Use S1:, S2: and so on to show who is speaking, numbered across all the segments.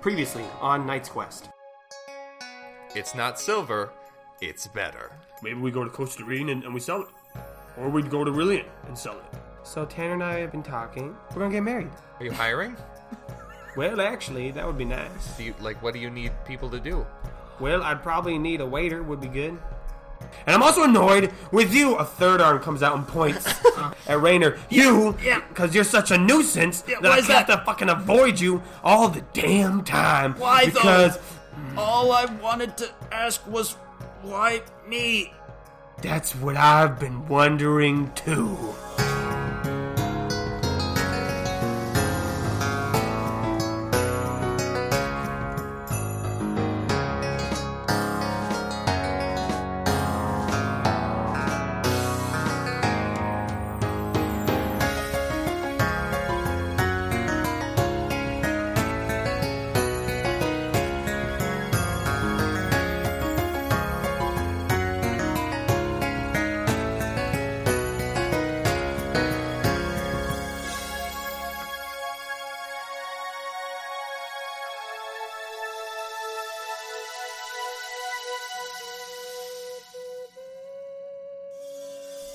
S1: Previously on Knight's Quest.
S2: It's not silver, it's better.
S3: Maybe we go to Coach Doreen and, and we sell it. Or we'd go to Rillian and sell it.
S1: So Tanner and I have been talking. We're gonna get married.
S2: Are you hiring?
S1: Well, actually, that would be nice.
S2: Do you like what do you need people to do?
S1: Well, I'd probably need a waiter. Would be good. And I'm also annoyed with you. A third arm comes out and points at Rainer. You,
S3: yeah.
S1: because you're such a nuisance
S3: Yeah,
S1: that
S3: why
S1: I
S3: is
S1: have
S3: that?
S1: to fucking avoid you all the damn time.
S3: Why though?
S1: Because
S3: All I wanted to ask was why me?
S1: that's what I've been wondering too.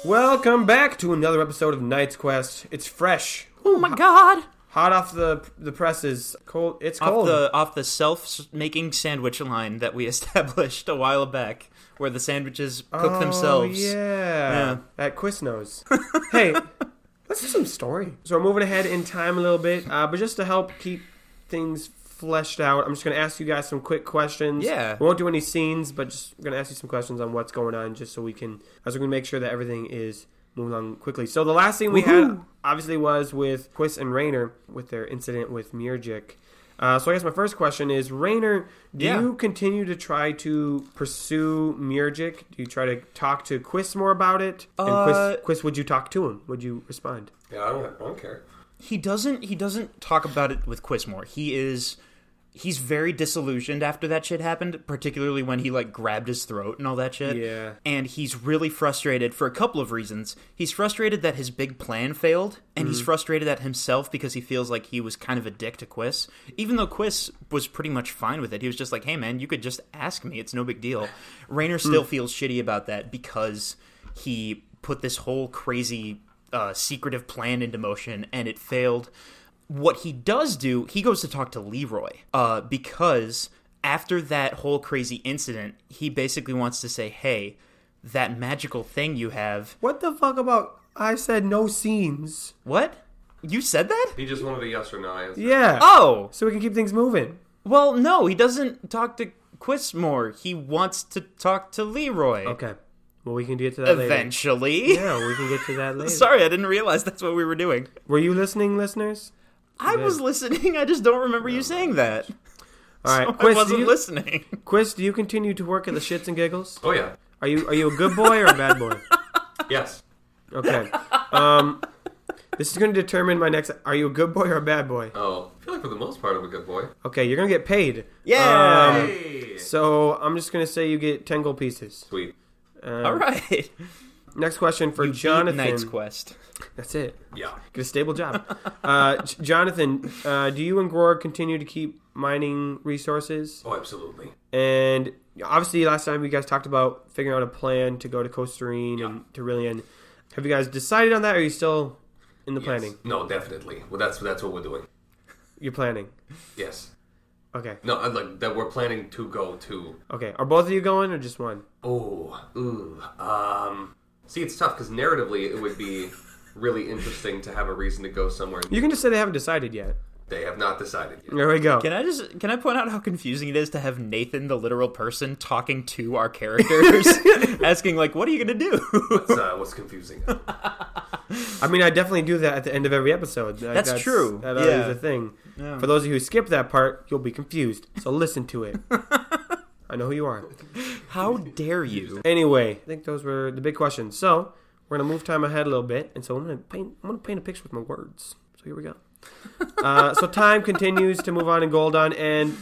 S1: Welcome back to another episode of Knight's Quest. It's fresh,
S4: Oh my god!
S1: hot off the the presses. Cold. It's
S4: Off
S1: cold.
S4: the off the self-making sandwich line that we established a while back, where the sandwiches cook themselves.
S1: Oh, yeah.
S4: Yeah.
S1: At Quiznos. hey, let's do some story. So we're moving ahead in time a little bit, uh, but just to help keep things fleshed out, I'm just going to ask you guys some quick questions.
S4: Yeah.
S1: We won't do any scenes, but just going to ask you some questions on what's going on, just so we can, as we're going to make sure that everything is moving along quickly. So the last thing we had obviously was with Quiz and Rayner with their incident with Mirjik. Uh, so I guess my first question is, Rayner, do
S4: Yeah.
S1: you continue to try to pursue Mirjik? Do you try to talk to Quiz more about it?
S4: Uh,
S1: and Quiz, Quiz, would you talk to him? Would you respond?
S5: Yeah, I don't, I don't care.
S4: He doesn't. He doesn't talk about it with Quizmore. He is. He's very disillusioned after that shit happened, particularly when he like grabbed his throat and all that shit.
S1: Yeah.
S4: And he's really frustrated for a couple of reasons. He's frustrated that his big plan failed, and he's frustrated at himself because he feels like he was kind of a dick to Quiz. Even though Quiz was pretty much fine with it, he was just like, "Hey man, you could just ask me. It's no big deal." Rayner still feels shitty about that because he put this whole crazy uh, secretive plan into motion and it failed. What he does do, he goes to talk to Leroy uh, because after that whole crazy incident, he basically wants to say, hey, that magical thing you have.
S1: What the fuck about I said no scenes?
S4: What? You said that?
S5: He just wanted a yes or no answer.
S1: Yeah.
S4: Oh!
S1: So we can keep things moving.
S4: Well, no, he doesn't talk to Quismore. He wants to talk to Leroy.
S1: Okay. Well, we can get to that later.
S4: Eventually.
S1: Yeah, we can get to that later.
S4: Sorry, I didn't realize that's what we were doing.
S1: Were you listening, listeners?
S4: I was listening, I just don't remember you saying that.
S1: All right,
S4: I
S1: Quiz, do
S4: wasn't
S1: you,
S4: listening.
S1: Quiz, do you continue to work at the shits and giggles?
S5: Oh yeah.
S1: Are you are you a good boy or a bad boy?
S5: Yes.
S1: Okay. Um, this is going to determine my next. Are you a good boy or a bad boy?
S5: Oh, I feel like for the most part I'm a good boy.
S1: Okay, you're gonna get paid.
S4: Yeah.
S1: Um, so I'm just gonna say you get ten gold pieces.
S5: Sweet.
S1: Um,
S4: All right.
S1: Next question for Jonathan.
S4: Knight's Quest.
S1: That's it.
S5: Yeah.
S1: Get a stable job. uh, J- Jonathan, uh, do you and Gror continue to keep mining resources?
S5: Oh, absolutely.
S1: And obviously, last time you guys talked about figuring out a plan to go to Costa Rica and to Rillian. Have you guys decided on that? Or are you still in the planning?
S5: Yes. No, definitely. Well, that's that's what we're doing.
S1: You're planning.
S5: Yes.
S1: Okay.
S5: No, I like that we're planning to go to.
S1: Okay. Are both of you going or just one?
S5: Oh, ooh. Um. See, it's tough because narratively it would be really interesting to have a reason to go somewhere
S1: You can just say they haven't decided yet.
S5: they have not decided yet.
S1: There we go.
S4: Can I just can I point out how confusing it is to have Nathan, the literal person, talking to our characters, asking like, "What are you gonna do?"
S5: That's uh, what's confusing.
S1: I mean, I definitely do that at the end of every episode. Like,
S4: That's true.
S1: That always
S4: Yeah.
S1: a thing.
S4: Yeah.
S1: For those of you who skip that part, you'll be confused. So listen to it. I know who you are.
S4: how dare you?
S1: Anyway, I think those were the big questions. So we're gonna move time ahead a little bit, and so I'm gonna paint. I'm gonna paint a picture with my words. So here we go. uh, so time continues to move on in Goldon, and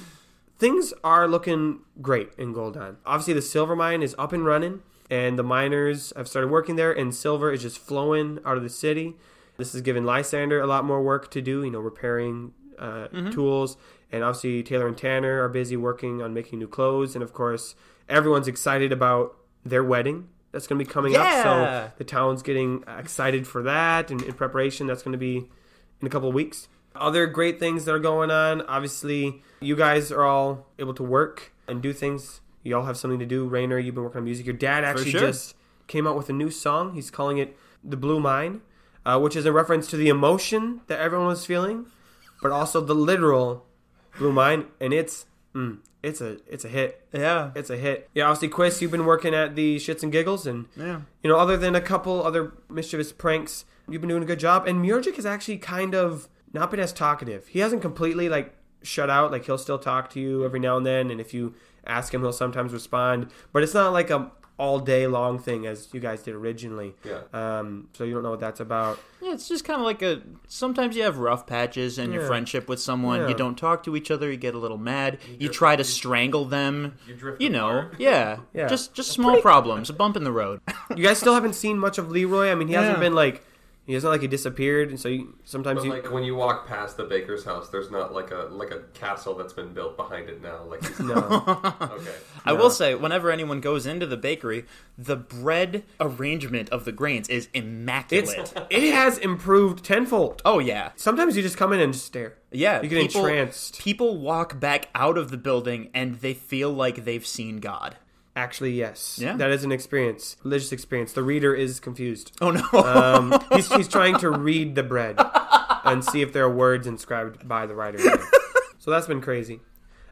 S1: things are looking great in Goldon. Obviously, the silver mine is up and running, and the miners have started working there, and silver is just flowing out of the city. This has given Lysander a lot more work to do, you know, repairing uh, tools. And obviously, Taylor and Tanner are busy working on making new clothes. And of course, everyone's excited about their wedding that's going to be coming
S4: Yeah.
S1: up. So the town's getting excited for that and in preparation. That's going to be in a couple of weeks. Other great things that are going on. Obviously, you guys are all able to work and do things. You all have something to do. Rainer, you've been working on music. Your dad actually
S4: sure.
S1: just came out with a new song. He's calling it "The Blue Mine," uh, which is a reference to the emotion that everyone was feeling, but also the literal blue mine. And it's mm, it's a it's a hit.
S4: Yeah.
S1: It's a hit. Yeah, obviously, Quiz, you've been working at the shits and giggles, and
S4: Yeah.
S1: you know, other than a couple other mischievous pranks, you've been doing a good job. And Murgic has actually kind of not been as talkative. He hasn't completely like shut out. Like he'll still talk to you every now and then, and if you ask him, he'll sometimes respond. But it's not like a all day long thing as you guys did originally.
S5: Yeah.
S1: Um. So you don't know what that's about.
S4: Yeah, it's just kind of like a. Sometimes you have rough patches in your
S1: Yeah.
S4: friendship with someone.
S1: Yeah.
S4: You don't talk to each other. You get a little mad. You, try to strangle them.
S5: you drift
S4: You know,
S5: apart.
S4: yeah,
S1: Yeah.
S4: Just just small problems, a bump in the road.
S1: You guys still haven't seen much of Leroy. I mean, he hasn't
S4: Yeah.
S1: been like. He doesn't like he disappeared, and so you, sometimes
S5: But
S1: you.
S5: like when you walk past the baker's house, there's not like a like a castle that's been built behind it now. Like he's-
S1: no.
S5: okay,
S4: I will say, whenever anyone goes into the bakery, the bread arrangement of the grains is immaculate.
S1: It's it has improved tenfold.
S4: oh yeah,
S1: Sometimes you just come in and just stare.
S4: yeah.
S1: You get entranced.
S4: People walk back out of the building and they feel like they've seen God.
S1: Actually, yes.
S4: Yeah.
S1: That is an experience, religious experience. The reader is confused.
S4: Oh no.
S1: Um, he's, he's trying to read the bread and see if there are words inscribed by the writer. so that's been crazy.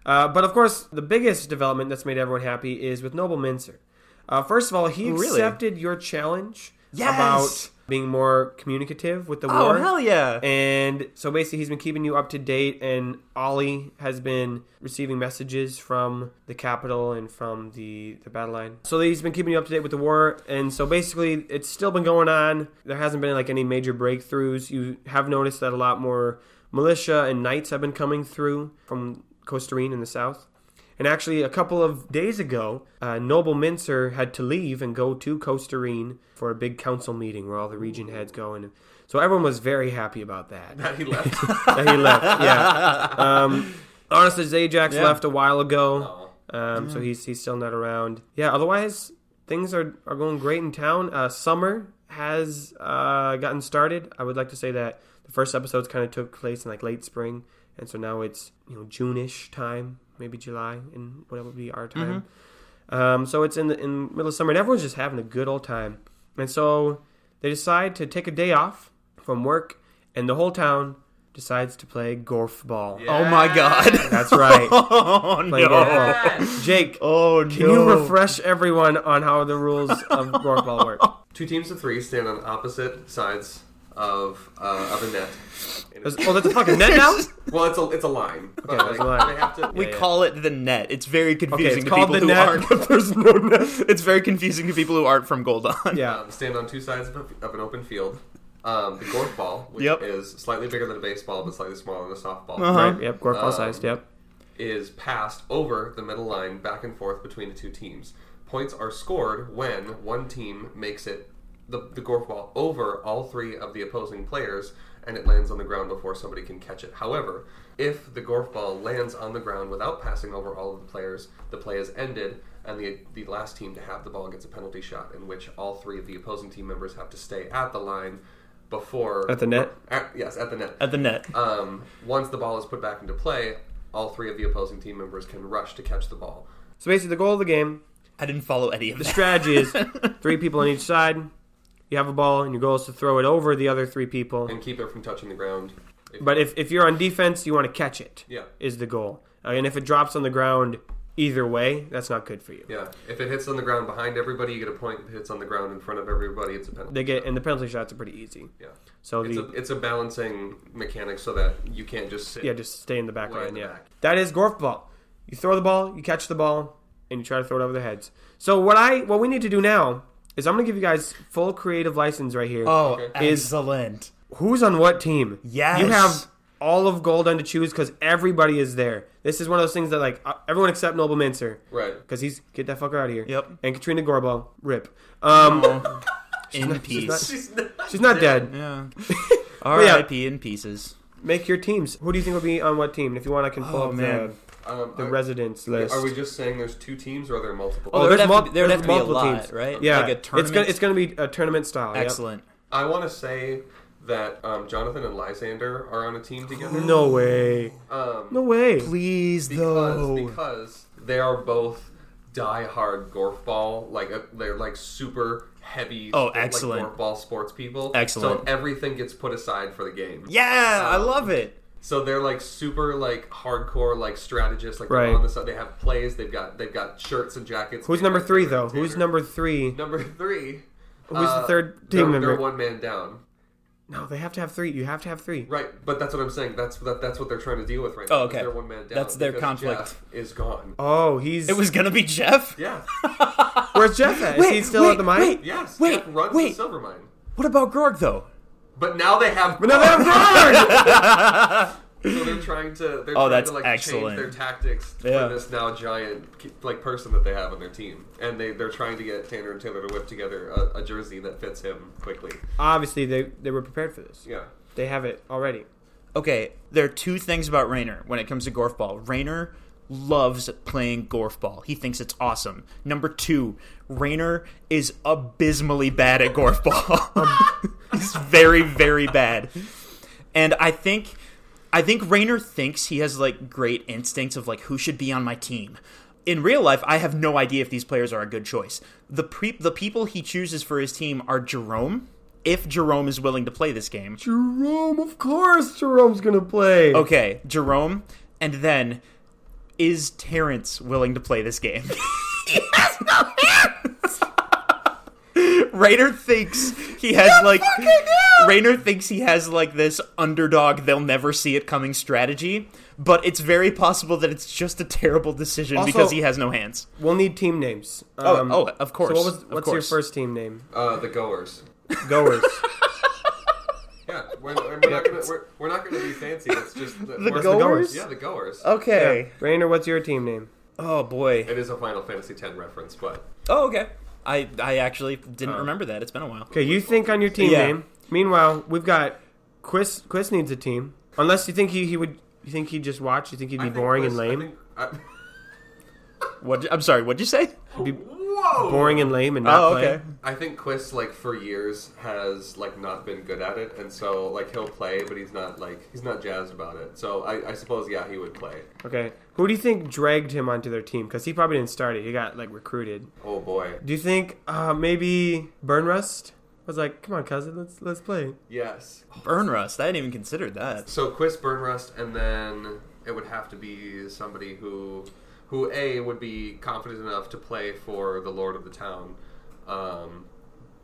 S1: Uh, but of course, the biggest development that's made everyone happy is with Noble Mincer. Uh, first of all, he
S4: Oh, Really?
S1: accepted your challenge
S4: Yes!
S1: about being more communicative with the
S4: oh
S1: war.
S4: hell yeah.
S1: And so basically, he's been keeping you up to date, and Ollie has been receiving messages from the capital and from the, the battle line. So he's been keeping you up to date with the war, and so basically, it's still been going on. There hasn't been like any major breakthroughs. You have noticed that a lot more militia and knights have been coming through from Costa Rica in the south. And actually, a couple of days ago, uh, Noble Mincer had to leave and go to Costa Rica for a big council meeting where all the region heads go. And so everyone was very happy about that.
S5: that he left.
S1: that he left. Yeah. Um, honestly, Zajax
S4: Yeah.
S1: left a while ago.
S5: Oh.
S1: Um, So he's he's still not around. Yeah. Otherwise, things are are going great in town. Uh, summer has uh, gotten started. I would like to say that the first episodes kind of took place in like late spring, and so now it's you know June-ish time, maybe July, and whatever would be our time. Um, so it's in the in middle of summer, and everyone's just having a good old time. And so they decide to take a day off from work, and the whole town decides to play golf ball.
S4: oh my god.
S1: That's right.
S4: oh
S1: Play
S4: no.
S1: golf ball. Jake,
S4: Oh no.
S1: can you refresh everyone on how the rules of golf ball work? Oh,
S5: Two teams of three stand on opposite sides of uh, of a net. And it's-
S1: Oh, that's a fucking net now.
S5: well, it's a it's a line. Okay,
S1: there's a line.
S5: They have to.
S4: We
S1: yeah.
S4: call it the net. It's very confusing
S1: it's
S4: to
S1: called
S4: people
S1: the
S4: who
S1: net.
S4: aren't. There's no net. It's very confusing to people who aren't from Goldon.
S1: Yeah.
S5: um, stand on two sides of, a- of an open field. Um, the golf ball, which
S4: Yep.
S5: is slightly bigger than a baseball but slightly smaller than a softball,
S1: Right. Yep. Golf ball
S5: Um,
S1: sized. Yep.
S5: is passed over the middle line back and forth between the two teams. Points are scored when one team makes it the, the golf ball over all three of the opposing players and it lands on the ground before somebody can catch it. However, if the golf ball lands on the ground without passing over all of the players, the play is ended and the, the last team to have the ball gets a penalty shot in which all three of the opposing team members have to stay at the line before
S1: At the net?
S5: At- yes, at the net
S4: At the net.
S5: um, once the ball is put back into play, all three of the opposing team members can rush to catch the ball.
S1: So basically, the goal of the game
S4: I didn't follow any of
S1: the
S4: this.
S1: strategy is three people on each side. You have a ball, and your goal is to throw it over the other three people.
S5: And keep it from touching the ground. If-
S1: But if, if you're on defense, you want to catch it.
S5: Yeah.
S1: Is the goal. Uh, and if it drops on the ground either way, that's not good for you.
S5: yeah, if it hits on the ground behind everybody, you get a point. If it hits on the ground in front of everybody, it's a penalty.
S1: They get and the penalty shots are pretty easy.
S5: yeah.
S1: So
S5: It's
S1: the
S5: a, it's a balancing mechanic so that you can't just sit.
S1: yeah, just stay in the back
S5: Way in
S1: line.
S5: the
S1: yeah.
S5: back.
S1: That is golf ball. You throw the ball, you catch the ball, and you try to throw it over their heads. So what I what we need to do now is I'm gonna give you guys full creative license right here.
S4: Oh,
S1: Is-
S4: excellent.
S1: who's on what team.
S4: Yes.
S1: You have all of Golden to choose because everybody is there. This is one of those things that, like, uh, everyone except Noble Mincer.
S5: Right.
S1: Because he's, get that fucker out of here.
S4: Yep.
S1: And Katrina Gorbo, rip. Um,
S4: in peace.
S5: She's not,
S1: she's not dead.
S4: yeah.
S1: yeah.
S4: R.I.P. in pieces.
S1: Make your teams. Who do you think will be on what team? And if you want, I can pull
S4: Oh,
S1: up
S4: man.
S5: Um,
S1: the, the
S5: are-
S1: residents list.
S5: Are we just saying there's two teams or are there multiple?
S1: Oh, there's
S4: there'd have to
S1: mul-
S4: be- there'd
S1: there's
S4: have to be a
S1: multiple
S4: lot,
S1: teams.
S4: right?
S1: Yeah,
S4: Like a
S1: It's gonna,
S4: tournament-
S1: it's gonna be a tournament style. yep.
S4: Excellent.
S5: I want to say that um, Jonathan and Lysander are on a team together.
S1: No way.
S5: Um,
S1: No way.
S4: Please,
S5: because because they are both die-hard golf ball like uh, they're like super heavy
S4: Oh,
S5: like,
S4: excellent.
S5: golf ball sports people
S4: Excellent.
S5: so everything gets put aside for the game
S4: yeah, I love it.
S5: so they're like super like hardcore like strategists like they're
S1: Right.
S5: on the side they have plays they've got they've got shirts and jackets
S1: Who's
S5: made
S1: number
S5: by
S1: three
S5: Taylor
S1: though? Who's
S5: Taylor.
S1: number three?
S5: number three
S1: Who's the
S5: uh,
S1: third
S5: they're,
S1: team
S5: they're
S1: member?
S5: one man down
S1: No, they have to have three. You have to have three.
S5: right but that's what i'm saying that's that, that's what they're trying to deal with right
S4: Oh,
S5: now
S4: okay.
S5: they're one man down
S4: That's their
S5: because
S4: conflict.
S5: Jeff is gone
S1: Oh, he's.
S4: It was gonna be Jeff.
S5: yeah
S1: Where's Jeff at? Is he still at the mine?
S5: yes
S4: Wait,
S5: Jeff runs
S4: wait.
S5: the silver mine
S4: What about Gorg though?
S5: But now they have.
S1: But now they have Gorg!
S5: so they're trying to. They're trying
S4: Oh, that's
S5: to, like,
S4: excellent.
S5: Change their tactics
S4: Yeah.
S5: for this now giant like person that they have on their team, and they they're trying to get Tanner and Taylor to whip together a, a jersey that fits him quickly.
S1: Obviously, they they were prepared for this.
S5: Yeah.
S1: They have it already.
S4: Okay, there are two things about Rainer when it comes to golf ball. Rainer loves playing golf ball. He thinks it's awesome. Number two, Rainer is abysmally bad at golf ball. He's very, very bad. And I think I think Rainer thinks he has like great instincts of like who should be on my team. In real life, I have no idea if these players are a good choice. The pre- the people he chooses for his team are Jerome, if Jerome is willing to play this game.
S1: Jerome, of course, Jerome's gonna play.
S4: Okay, Jerome, and then is Terrence willing to play this game? Rayner thinks he has like Rayner thinks he has like this underdog they'll never see it coming strategy, but it's very possible that it's just a terrible decision
S1: Also-
S4: because he has no hands.
S1: We'll need team names. Um,
S4: oh, of course,
S1: So what was,
S4: of
S1: what's your
S4: course.
S1: first team name?
S5: Uh, the goers.
S1: Goers.
S5: Yeah, we're, we're not gonna we're, we're not gonna be fancy. It's just the, we're-
S1: Goers?
S5: Yeah, the goers.
S4: Okay.
S1: Rainer, what's your team name?
S4: Oh boy.
S5: It is a Final Fantasy X reference, but
S4: Oh okay. I I actually
S1: Uh.
S4: didn't remember that. It's been a while.
S1: Okay, you think on your team
S4: Yeah.
S1: name. Meanwhile, we've got Quiz. Quiz needs a team. Unless you think he, he would. You think he'd just watch? You think he'd be
S5: I think
S1: boring
S5: Chris-
S1: and
S5: I
S1: lame?
S5: think- I-
S4: What I'm sorry, what'd you say?
S5: Whoa!
S1: boring and lame and not
S4: oh,
S1: play.
S4: okay.
S5: I think Quist like for years has like not been good at it, and so like he'll play, but he's not like he's not jazzed about it. So I, I suppose yeah, he would play.
S1: Okay. Who do you think dragged him onto their team? Because he probably didn't start it. He got like recruited.
S5: Oh boy,
S1: Do you think uh, maybe Burnrust was like, "Come on, cousin, let's let's play."
S5: yes.
S4: Burn Rust. I hadn't even considered that.
S5: So Quist Burnrust, and then it would have to be somebody who who a would be confident enough to play for the Lord of the Town, um,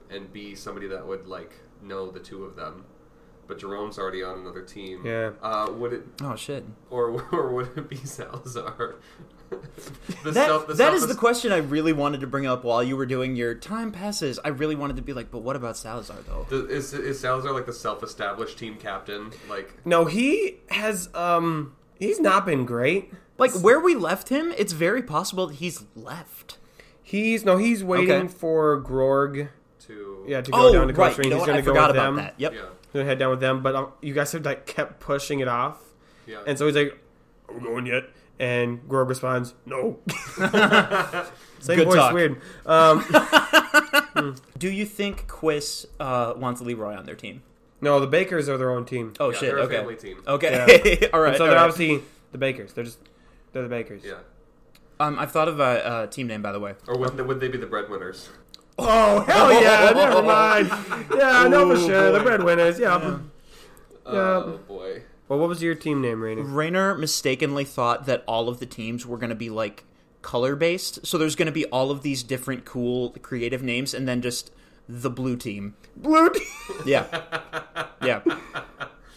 S5: and b somebody that would like know the two of them. But Jerome's already on another team.
S1: Yeah.
S5: Uh, would it
S4: Oh shit.
S5: or or would it be Salazar? the
S4: That,
S5: self- the
S4: that is
S5: self-
S4: the question I really wanted to bring up while you were doing your time passes. I really wanted to be like, but what about Salazar though?
S5: the- is, is Salazar like the self-established team captain? Like
S1: No, he has. Um, he's not been great.
S4: Like where we left him, it's very possible that he's left.
S1: He's no, he's waiting
S4: Okay.
S1: for Grorg.
S5: to
S1: Yeah, to go
S4: Oh,
S1: down to
S4: right.
S1: Costa
S4: You know
S1: He's
S4: what?
S1: going
S4: I
S1: to go
S4: forgot
S1: with
S4: about
S1: them.
S4: that. Yep.
S5: yeah
S1: He's going to head down with them. But um, you guys have like kept pushing it off,
S5: yeah.
S1: and so he's like,
S3: Are we going yet?
S1: and Grorg responds,
S3: No.
S1: "Same
S4: Good
S1: voice,
S4: talk.
S1: weird." Um,
S4: Do you think Quiz uh, wants Leroy on their team?
S1: no, the Bakers are their own team.
S4: Oh
S5: Yeah,
S4: shit.
S5: they're a
S4: okay.
S5: family team.
S4: Okay. all right.
S1: so
S4: all
S1: they're
S4: right.
S1: obviously the Bakers. They're just they're the Bakers.
S5: yeah.
S4: Um, I've thought of a uh, team name by the way.
S5: Or would, would they be the breadwinners?
S1: Oh hell yeah! never mind. Yeah, no for sure. The breadwinners. Yeah.
S5: Oh boy.
S1: Well, what was your team name, Rainer?
S4: Rayner mistakenly thought that all of the teams were going to be like color based. So there's going to be all of these different cool creative names and then just the blue team.
S1: Blue.
S4: Yeah. yeah.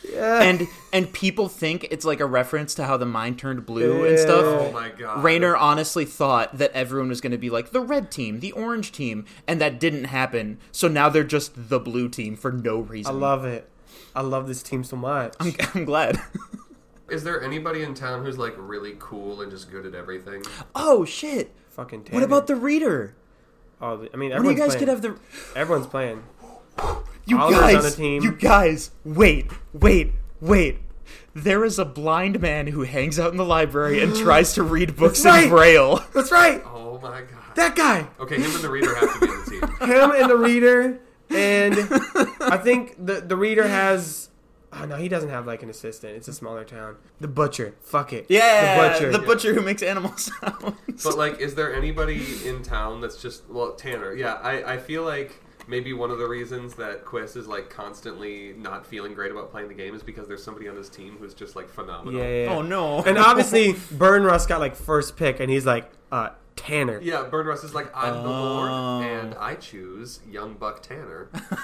S1: Yeah.
S4: And and people think it's like a reference to how the mine turned blue and
S5: Oh
S4: stuff.
S5: my god.
S4: Rayner honestly thought that everyone was going to be like the red team, the orange team, and that didn't happen. So now they're just the blue team for no
S1: I
S4: reason.
S1: love it. I love this team so much.
S4: I'm glad.
S5: Is there anybody in town who's like really cool and just good at everything?
S4: oh shit.
S1: Fucking. Tanner.
S4: What about the reader?
S1: Oh, the- I mean,
S4: What do you
S1: everyone's
S4: guys
S1: playing.
S4: could have the
S1: Everyone's playing.
S4: You
S1: Oliver's on
S4: guys,
S1: the team.
S4: you guys, wait, wait, wait. there is a blind man who hangs out in the library and tries to read books in
S1: Right.
S4: braille.
S1: That's right.
S5: Oh my god.
S1: That guy.
S5: Okay, him and the reader have to be on the team.
S1: Him and the reader, and I think the the reader has. Oh no, he doesn't have like an assistant. It's a smaller town. The butcher. Fuck it.
S4: Yeah,
S1: The butcher.
S4: who makes animal sounds.
S5: But like, is there anybody in town that's just well, Tanner? Yeah, I, I feel like maybe one of the reasons that Quiz is like constantly not feeling great about playing the game is because there's somebody on this team who's just like phenomenal.
S1: Yeah, yeah, yeah.
S4: Oh no!
S1: And obviously, Burn Russ got like first pick, and he's like, uh, Tanner.
S5: Yeah, Burn Russ is like, I'm the
S4: Oh.
S1: Um.
S5: Lord, and I choose Young Buck Tanner.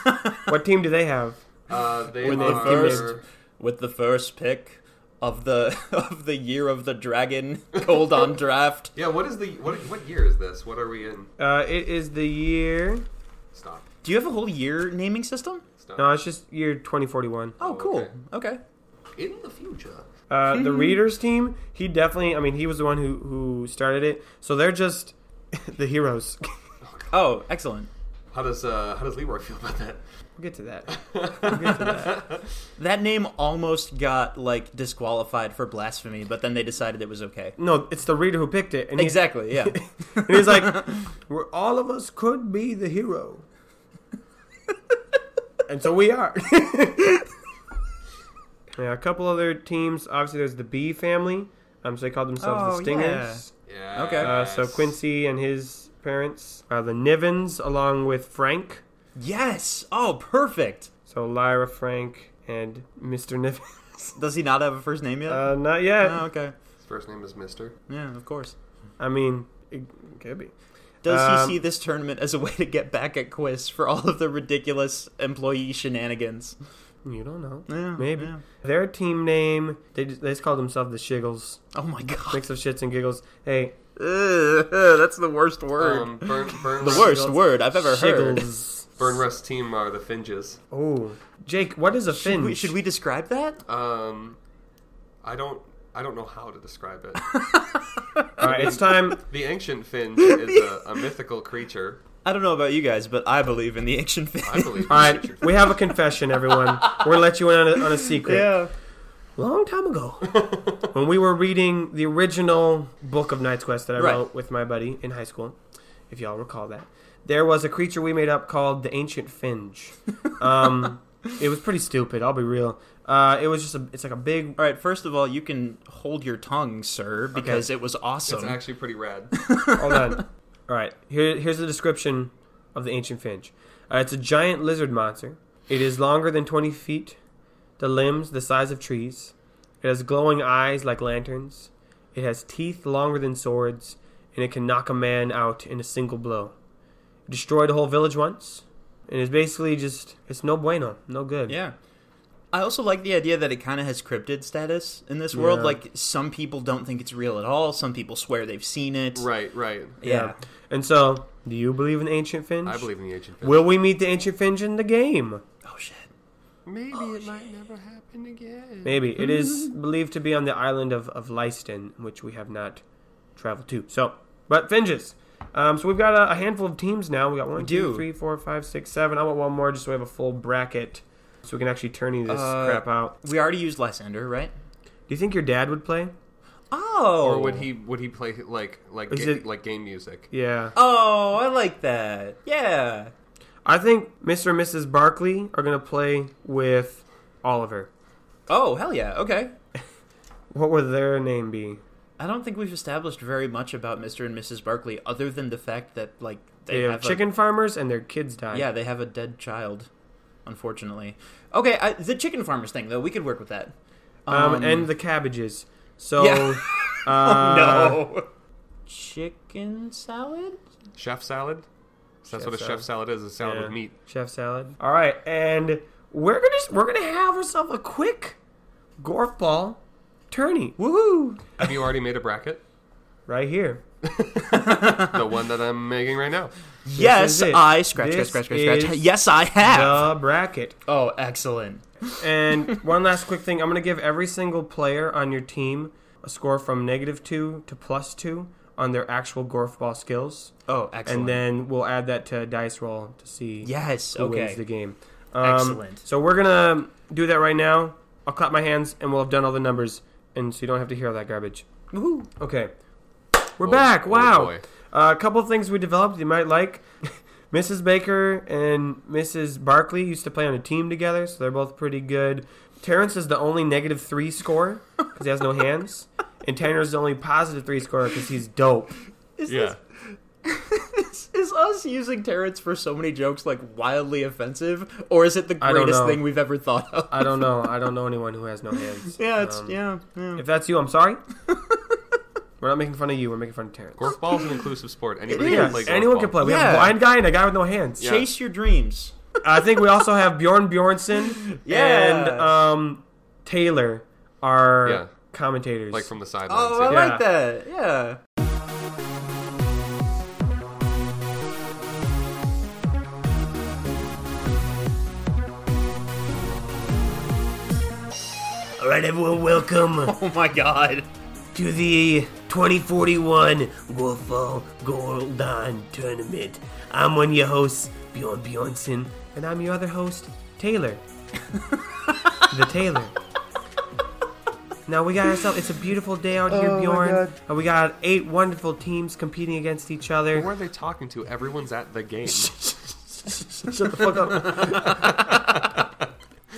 S1: What team do they have?
S5: Uh, they
S4: When they
S5: are
S4: first- with the first pick of the of the year of the dragon, gold on draft.
S5: Yeah, what is the what? What year is this? What are we in?
S1: Uh, it is the year.
S5: Stop.
S4: Do you have a whole year naming system?
S5: Stop.
S1: No, it's just year 2041.
S4: Oh, cool. Okay.
S5: In the future.
S1: Uh,
S4: Hmm.
S1: the readers team, he definitely. I mean, he was the one who who started it. So they're just the heroes.
S4: Oh, excellent.
S5: How does uh, how does Leroy feel about that?
S1: we'll get to that. We'll get to that.
S4: That name almost got like disqualified for blasphemy, but then they decided it was okay.
S1: No, it's the reader who picked it. And he-
S4: Exactly. Yeah.
S1: and he's like, "We're all of us could be the hero." and so we are. yeah, a couple other teams. Obviously, there's the Bee family. Um, so they called themselves
S4: Oh,
S1: the Stingers.
S5: Yeah.
S4: Okay.
S1: Uh, so Quincy and his parents are the Nivens, along with Frank.
S4: yes. Oh, perfect.
S1: So Lyra, Frank, and Mr. Nivens.
S4: Does he not have a first name yet?
S1: Uh, not yet.
S4: oh, okay.
S5: His first name is Mister.
S4: Yeah, of course.
S1: I mean, it could be.
S4: Does
S1: Um,
S4: he see this tournament as a way to get back at Quiz for all of the ridiculous employee shenanigans?
S1: You don't know.
S4: Yeah,
S1: Maybe.
S4: yeah.
S1: Their team name, they, just, they just call themselves the Shiggles.
S4: Oh my god.
S1: Mix of shits and giggles. Hey,
S4: that's the worst word.
S5: Um, Burn Burn
S4: the
S5: Russ-
S4: worst word I've ever heard.
S1: Shiggles.
S5: Burn Rust team are the Finges.
S1: Oh, Jake, what is a
S4: Should
S1: fin?
S4: we, should we describe that?
S5: Um, I don't I don't know how to describe it.
S1: All right, it's time.
S5: the ancient Finge is a, a mythical creature.
S4: I don't know about you guys, but I believe in the ancient fin.
S5: I believe.
S1: All right, we have a confession, everyone. We're gonna let you in on a, on a secret.
S4: yeah.
S1: Long time ago, when we were reading the original book of Knight's Quest that I
S4: Right.
S1: wrote with my buddy in high school, if y'all recall that, there was a creature we made up called the Ancient Finge. Um, it was pretty stupid. I'll be real. Uh, it was just a. It's like a big
S4: All right, first of all, you can hold your tongue, sir, because it was awesome.
S5: It's actually pretty rad.
S1: Hold on. All right. Here, here's the description of the ancient finch. Uh, it's a giant lizard monster. It is longer than 20 feet. The limbs the size of trees. It has glowing eyes like lanterns. It has teeth longer than swords, and it can knock a man out in a single blow. It destroyed a whole village once, and it's basically just it's no bueno, no good.
S4: Yeah. I also like the idea that it kind of has cryptid status in this world.
S1: Yeah.
S4: Like, some people don't think it's real at all. Some people swear they've seen it.
S5: right, right.
S4: Yeah.
S1: And so, do you believe in the ancient finch?
S5: I believe in the ancient Finge.
S1: Will we meet the ancient finch in the game?
S4: Oh, shit.
S5: Maybe it might never happen again.
S1: Oh, Maybe. It is believed to be on the island of, of Leiston, which we have not traveled to. So, but Finges. Um, so we've got a, a handful of teams now. We got one, two,
S4: do.
S1: three, four, five, six, seven. I want one more just so we have a full bracket, so we can actually turn this
S4: Uh,
S1: crap out.
S4: We already used Lysander, right?
S1: Do you think your dad would play?
S4: Oh.
S5: Or would he would he play like like
S1: Is
S5: ga-
S1: it-
S5: like game music?
S1: Yeah,
S4: Oh, I like that. Yeah.
S1: I think Mr. and Mrs. Barkley are gonna play with Oliver.
S4: Oh, hell yeah. Okay.
S1: What would their name be?
S4: I don't think we've established very much about Mr. and Mrs. Barkley other than the fact that like
S1: They, are chicken farmers and their kids
S4: A,
S1: die.
S4: yeah, they have a dead child, unfortunately. Okay, I, the chicken farmers thing though, we could work with that.
S1: Um, and the cabbages. So.
S4: Yeah.
S1: uh,
S4: no. Chicken salad?
S5: Chef salad. So that's
S1: Chef
S5: what a
S1: salad.
S5: chef salad is—a salad
S1: Yeah.
S5: with meat.
S1: Chef salad. All right, and we're gonna we're gonna have ourselves a quick golf ball tourney
S4: Woohoo!
S5: Have you already made a bracket?
S1: right here.
S5: the one that I'm making right now.
S1: is
S4: Yes,
S1: it.
S4: I scratch,
S1: This
S4: scratch, scratch, scratch, scratch.
S1: is
S4: Yes, I have.
S1: The bracket.
S4: Oh, excellent.
S1: And one last quick thing, I'm gonna give every single player on your team a score from negative two to plus two on their actual golf ball skills,
S4: Oh, excellent.
S1: and then we'll add that to dice roll to see
S4: yes,
S1: who
S4: okay.
S1: wins the game. Um,
S4: Excellent.
S1: So we're gonna do that right now. I'll clap my hands and we'll have done all the numbers, and so you don't have to hear all that garbage.
S4: Woohoo.
S1: Okay. We're
S2: Oh,
S1: back.
S2: oh
S1: Wow.
S2: boy.
S1: uh, a couple of things we developed you might like. Mrs. Baker and Mrs. Barkley used to play on a team together, so they're both pretty good. Terrence is the only negative three scorer because he has no hands, and Tanner's the only positive three scorer because he's dope.
S4: Is
S2: Yeah.
S4: this is us using Terrence for so many jokes like wildly offensive, or is it the
S1: I don't
S4: greatest
S1: know.
S4: thing we've ever thought of?
S1: I don't know. I don't know anyone who has no hands.
S4: Yeah, it's
S1: Um,
S4: yeah, yeah.
S1: If that's you, I'm sorry. We're not making fun of you. We're making fun of Terrence.
S2: Gorfball is an inclusive sport. Anybody
S4: is.
S2: can play
S1: Yes,
S2: gorf
S1: anyone
S2: ball.
S1: can play. We
S4: Yeah.
S1: have a blind guy and a guy with no hands.
S2: Yeah.
S4: Chase your dreams.
S1: I think we also have Bjorn Bjornson
S4: Yeah.
S1: and um, Taylor are
S2: Yeah.
S1: commentators.
S2: Like from the sidelines.
S4: Oh,
S2: yeah.
S4: I
S1: Yeah.
S4: like that. Yeah.
S1: All right, everyone, welcome
S4: Oh my god.
S1: to the 2041 Wolfo Goldon Tournament. I'm one of your hosts, Bjorn Bjornson, and I'm your other host, Taylor. the Taylor. Now we got ourselves. It's a beautiful day out here, Bjorn. And we got eight wonderful teams competing against each other.
S2: Who are they talking to? Everyone's at the game.
S1: Shut the fuck up.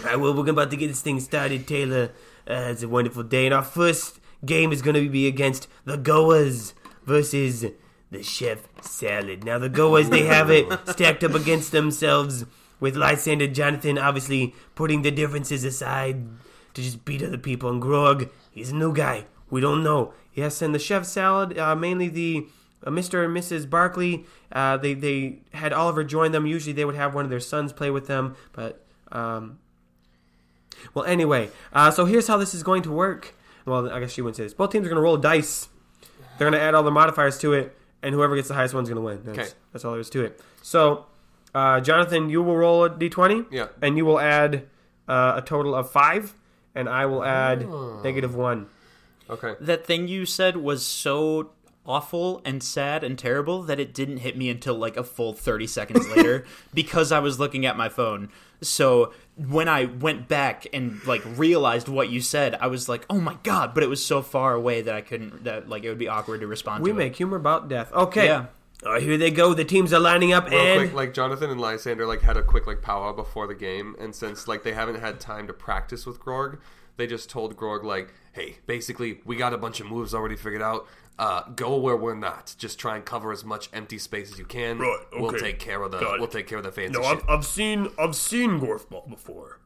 S1: All right, well, we're about to get this thing started, Taylor. Uh, it's a wonderful day, and our first game is going to be against the Goas versus the Chef Salad. Now, the Goas, they have it stacked up against themselves, with Lysander Jonathan obviously putting the differences aside to just beat other people. And Grog, he's a new guy. We don't know. Yes, and the Chef Salad, uh, mainly the uh, Mr. and Mrs. Barkley, uh, they they had Oliver join them. Usually, they would have one of their sons play with them, but um, well, anyway. Uh, so here's how this is going to work. Well, I guess she wouldn't say this. Both teams are going to roll dice. They're going to add all the modifiers to it, and whoever gets the highest one's going to win. That's,
S2: Okay.
S1: that's all there is to it. So, uh, Jonathan, you will roll a d20,
S2: Yeah.
S1: and you will add uh, a total of five, and I will add
S2: Ah.
S1: negative one.
S2: Okay.
S4: That thing you said was so awful and sad and terrible that it didn't hit me until like a full 30 seconds later because I was looking at my phone. So when I went back and like realized what you said, I was like, "Oh my god!" But it was so far away that I couldn't. That like it would be awkward to respond.
S1: We
S4: to
S1: make humor about death. Okay.
S4: Yeah.
S1: All right, here they go. The teams are lining up,
S2: Real
S1: and
S2: quick, like Jonathan and Lysander like had a quick like powwow before the game, and since like they haven't had time to practice with Grog, they just told Grog like, "Hey, basically, we got a bunch of moves already figured out. Uh, go where we're not. Just try and cover as much empty space as you can.
S3: Right,
S2: We'll
S3: okay.
S2: take care of the
S3: Got it.
S2: we'll take care of the fancy
S3: No,
S2: shit.
S3: I've, I've seen I've seen Gorf Ball before.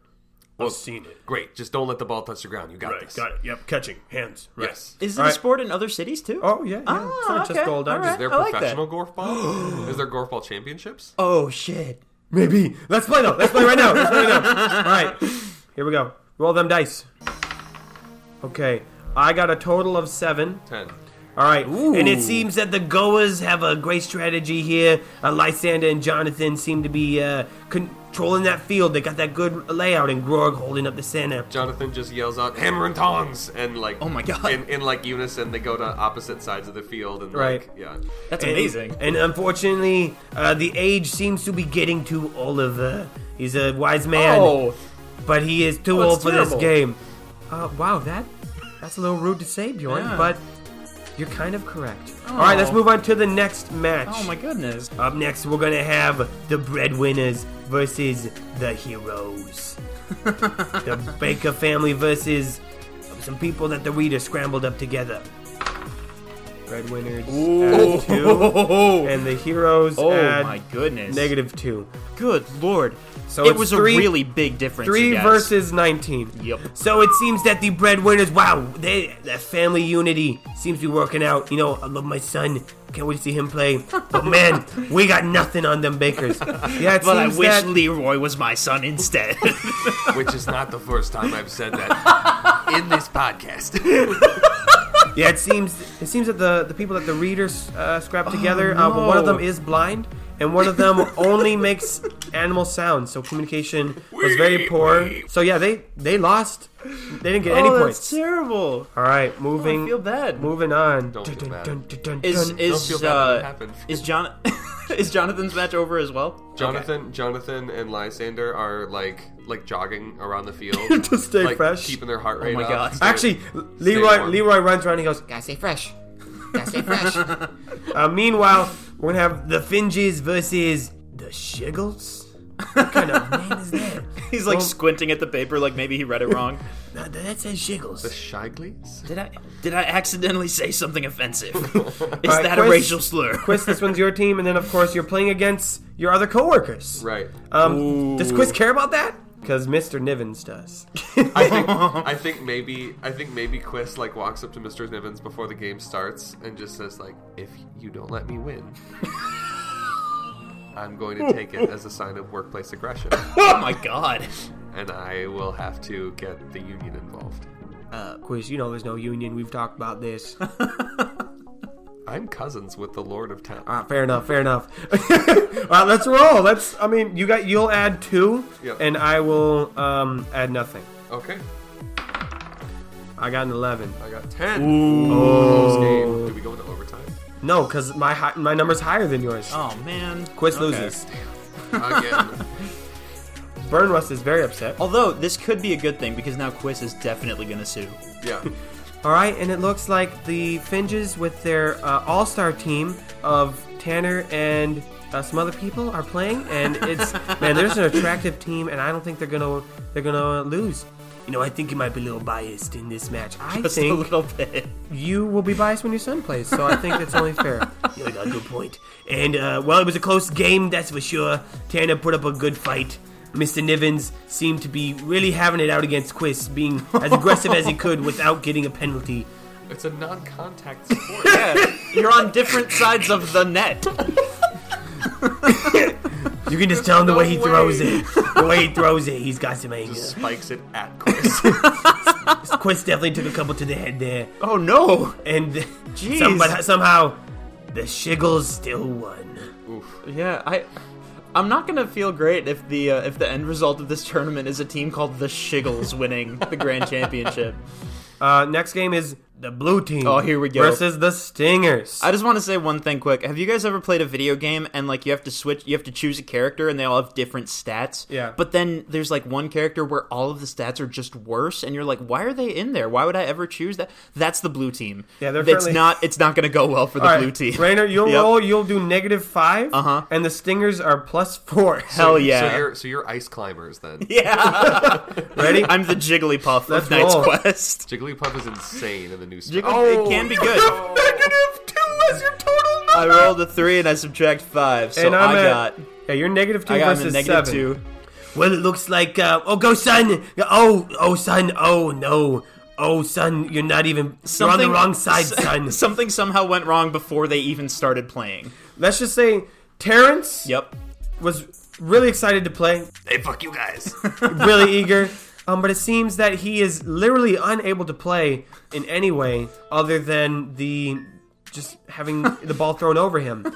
S3: I've seen it.
S2: Great. Just don't let the ball touch the ground. You got
S3: Right,
S2: this.
S3: got it. Yep, catching hands. Right.
S2: Yes.
S4: Is it a
S1: Alright.
S4: sport in other cities too?
S1: oh yeah, yeah. it's not
S4: Ah, okay.
S1: just gold.
S4: All right.
S2: Is there
S4: I like that.
S2: professional golf ball? Is there golf ball championships?
S4: Oh shit!
S1: Maybe. Let's play though. Let's play right now. Let's play right now. All right. Here we go. Roll them dice. Okay. I got a total of seven.
S2: Ten.
S1: All right. And it seems that the Goas have a great strategy here. Uh, Lysander and Jonathan seem to be uh, controlling that field. They got that good layout, and Grog holding up the center.
S2: Jonathan just yells out hammer and tongs and like
S4: Oh my God.
S2: in, in like unison they go to opposite sides of the field and
S1: Right.
S2: like yeah
S4: That's
S1: And-
S4: amazing.
S1: And unfortunately, uh, the age seems to be getting to Oliver. He's a wise man,
S4: oh,
S1: but he is too
S4: Oh,
S1: old
S4: that's
S1: for this
S4: terrible.
S1: game. Uh, wow, that that's a little rude to say, Bjorn,
S4: Yeah.
S1: but you're kind of correct. All right, let's move on to the next match.
S4: oh my goodness!
S1: Up next, we're gonna have the breadwinners versus the heroes. the Baker family versus some people that the reader scrambled up together. Breadwinners
S4: Oh,
S1: at two, and the heroes
S4: oh
S1: at
S4: my goodness!
S1: negative two.
S4: Good lord!
S1: So
S4: it
S1: it's
S4: was
S1: three-
S4: a really big difference. you
S1: Three
S4: guys.
S1: versus nineteen.
S4: Yep.
S1: So it seems that the breadwinners, wow, they that family unity seems to be working out. You know, I love my son. Can't wait to see him play. But man, we got nothing on them Bakers. Yeah, it
S4: But I
S1: seems
S4: wish
S1: that-
S4: Leroy was my son instead.
S2: which is not the first time I've said that in this podcast.
S1: Yeah, it seems it seems that the the people that the readers uh, scrap together, uh, but one of
S4: Oh, no.
S1: them is blind, and one of them only makes animal sounds. So communication was very poor. So yeah, they they lost. They didn't get any
S4: oh,
S1: points.
S4: that's terrible.
S1: All right, moving
S4: I feel bad.
S1: moving on.
S2: Don't feel bad.
S4: Is
S2: Don't feel
S4: is
S2: bad that
S4: uh,
S2: happened.
S4: is John? Is Jonathan's match over as well?
S5: Jonathan, Jonathan, and Lysander are like like jogging around the field
S1: To stay
S5: like,
S1: fresh.
S5: keeping their heart rate.
S4: Oh my
S5: up,
S4: God.
S5: stay-
S1: Actually,
S5: stay
S1: Leroy
S5: warm.
S1: Leroy runs around. and He goes.
S6: Gotta stay fresh. Gotta stay fresh.
S1: Uh, meanwhile, we're gonna have the Finges versus the Shiggles. What kind of name is that?
S4: He's like
S1: Well-
S4: squinting at the paper, like maybe he read it wrong.
S1: Uh, that says Shiggles.
S5: Shiglies?
S4: did I did I accidentally say something offensive? Is
S1: right,
S4: that a
S1: Chris.
S4: racial slur?
S1: Quiz, this one's your team, and then of course you're playing against your other coworkers.
S5: Right.
S1: Um,
S4: Ooh.
S1: does Quiz care about that? Because Mr. Nivens does.
S5: I think I think maybe I think maybe Quist like walks up to Mr. Nivens before the game starts and just says like, "If you don't let me win, I'm going to take it as a sign of workplace aggression,
S4: oh my god!
S5: and I will have to get the union involved."
S1: Uh, Quiz, you know there's no union. We've talked about this.
S5: I'm cousins with the Lord of Town.
S1: All right, fair enough. Fair enough. All right, let's roll. Let's. I mean, you got. You'll add two,
S5: Yep.
S1: and I will um, add nothing.
S5: Okay,
S1: I got an eleven.
S5: I got ten. Close game. Do we go into overtime
S1: No, because my hi- my number's higher than yours.
S4: Oh man,
S1: Quiz
S4: Okay.
S1: loses.
S5: again?
S1: Burn Rust is very upset.
S4: Although this could be a good thing because now Quiz is definitely gonna sue.
S5: yeah.
S1: All right, and it looks like the Finges with their uh, all star team of Tanner and uh, some other people are playing, and it's man, there's an attractive team, and I don't think they're gonna they're gonna lose. You know, I think you might be a little biased in this match. I
S4: Just a
S1: think
S4: little bit.
S1: you will be biased when your son plays, so I think that's only fair. You got a good point. And uh, well, it was a close game, that's for sure. Tanner put up a good fight. Mr. Nivens seemed to be really having it out against Quiz, being as aggressive as he could without getting a penalty.
S5: It's a non-contact sport.
S4: You're on different sides of the net.
S1: You can just tell him the way he
S5: No
S1: throws
S5: way.
S1: it. The way he throws it, he's got some anger.
S5: Spikes it at Quist.
S1: Quist definitely took a couple to the head there,
S4: Oh no!
S1: and
S4: Jeez.
S1: somebody, somehow the Shiggles still won.
S4: Yeah, I. I'm not gonna feel great if the uh, if the end result of this tournament is a team called the Shiggles winning the grand championship.
S1: Uh, next game is the blue team.
S4: Oh, here we go.
S1: Versus the Stingers.
S4: I just want to say one thing quick. Have you guys ever played a video game and like you have to switch, you have to choose a character and they all have different stats?
S1: Yeah.
S4: But then there's like one character where all of the stats are just worse, and you're like, why are they in there? Why would I ever choose that? That's the blue team.
S1: Yeah, they're
S4: It's
S1: fairly-
S4: not. It's not going to go well for the
S1: All right,
S4: blue team.
S1: Rainer, you'll
S4: Yep.
S1: roll. You'll do negative five. Uh
S4: Uh-huh.
S1: And the Stingers are plus four.
S4: Hell yeah!
S5: So you're so you're ice climbers then.
S4: yeah.
S1: Ready?
S4: I'm the Jigglypuff
S1: Let's
S4: of Knight's
S1: roll.
S4: Quest.
S5: Jigglypuff is insane in the new.
S4: Jiggly-
S5: Sp-
S4: it can
S1: Oh.
S4: be good.
S1: negative two is your total
S4: I rolled a three and I subtract five, so
S1: and I'm
S4: I
S1: at,
S4: got
S1: Yeah, you're negative two
S4: I got him
S1: versus
S4: a negative
S1: seven.
S4: two.
S1: Well, it looks like. Uh, oh, go, son! Oh, oh, son! Oh, no! Oh, son! You're not even. you're on the wrong side,
S4: s-
S1: son.
S4: Something somehow went wrong before they even started playing.
S1: Let's just say Terrence
S4: Yep.
S1: was really excited to play,
S5: hey, fuck you guys.
S1: really eager. Um, but it seems that he is literally unable to play in any way other than the just having the ball thrown over him.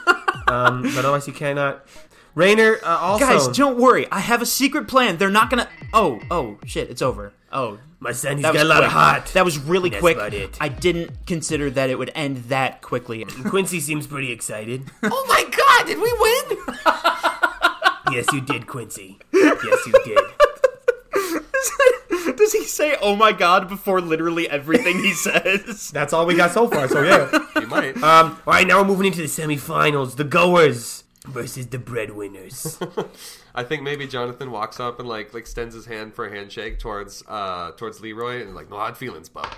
S1: Um, but otherwise, he cannot. Rayner uh, also.
S4: Guys, don't worry. I have a secret plan. They're not gonna. Oh, oh, shit! It's over. Oh,
S1: my son, he's got
S4: that was
S1: a lot
S4: quick.
S1: of heart.
S4: That was really
S1: That's
S4: quick.
S1: about it.
S4: I didn't consider that it would end that quickly.
S1: Quincy seems pretty excited.
S4: oh my god! Did we win?
S1: yes, you did, Quincy. Yes, you did.
S4: Does he say "Oh my god" before literally everything he says?
S1: That's all we got so far. So yeah.
S5: you might.
S1: Um, all right, now we're moving into the semifinals. The goers versus the breadwinners.
S5: I think maybe Jonathan walks up and like like extends his hand for a handshake towards uh towards Leroy and like no hard feelings, bub.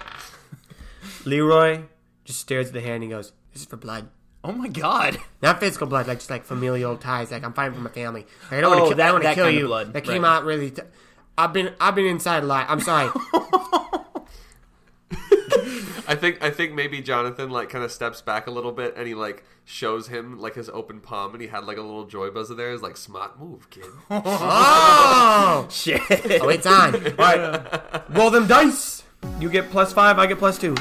S1: Leroy just stares at the hand and goes, "This is for blood."
S4: Oh my god!
S1: Not physical blood, like just like familial ties. Like I'm fighting for my family. Like I don't want
S4: Oh,
S1: to kill.
S4: that-
S1: I don't want to
S4: that
S1: kill
S4: kind of
S1: you.
S4: blood,
S1: That came
S4: right.
S1: out really. T- I've been I've been inside a lot. I'm sorry.
S5: I think I think maybe Jonathan like kind of steps back a little bit and he like shows him like his open palm and he had like a little joy buzz in there. He's like smart move, kid.
S1: oh,
S4: Shit.
S1: oh, it's on. All right, roll them dice. You get plus five. I get plus two.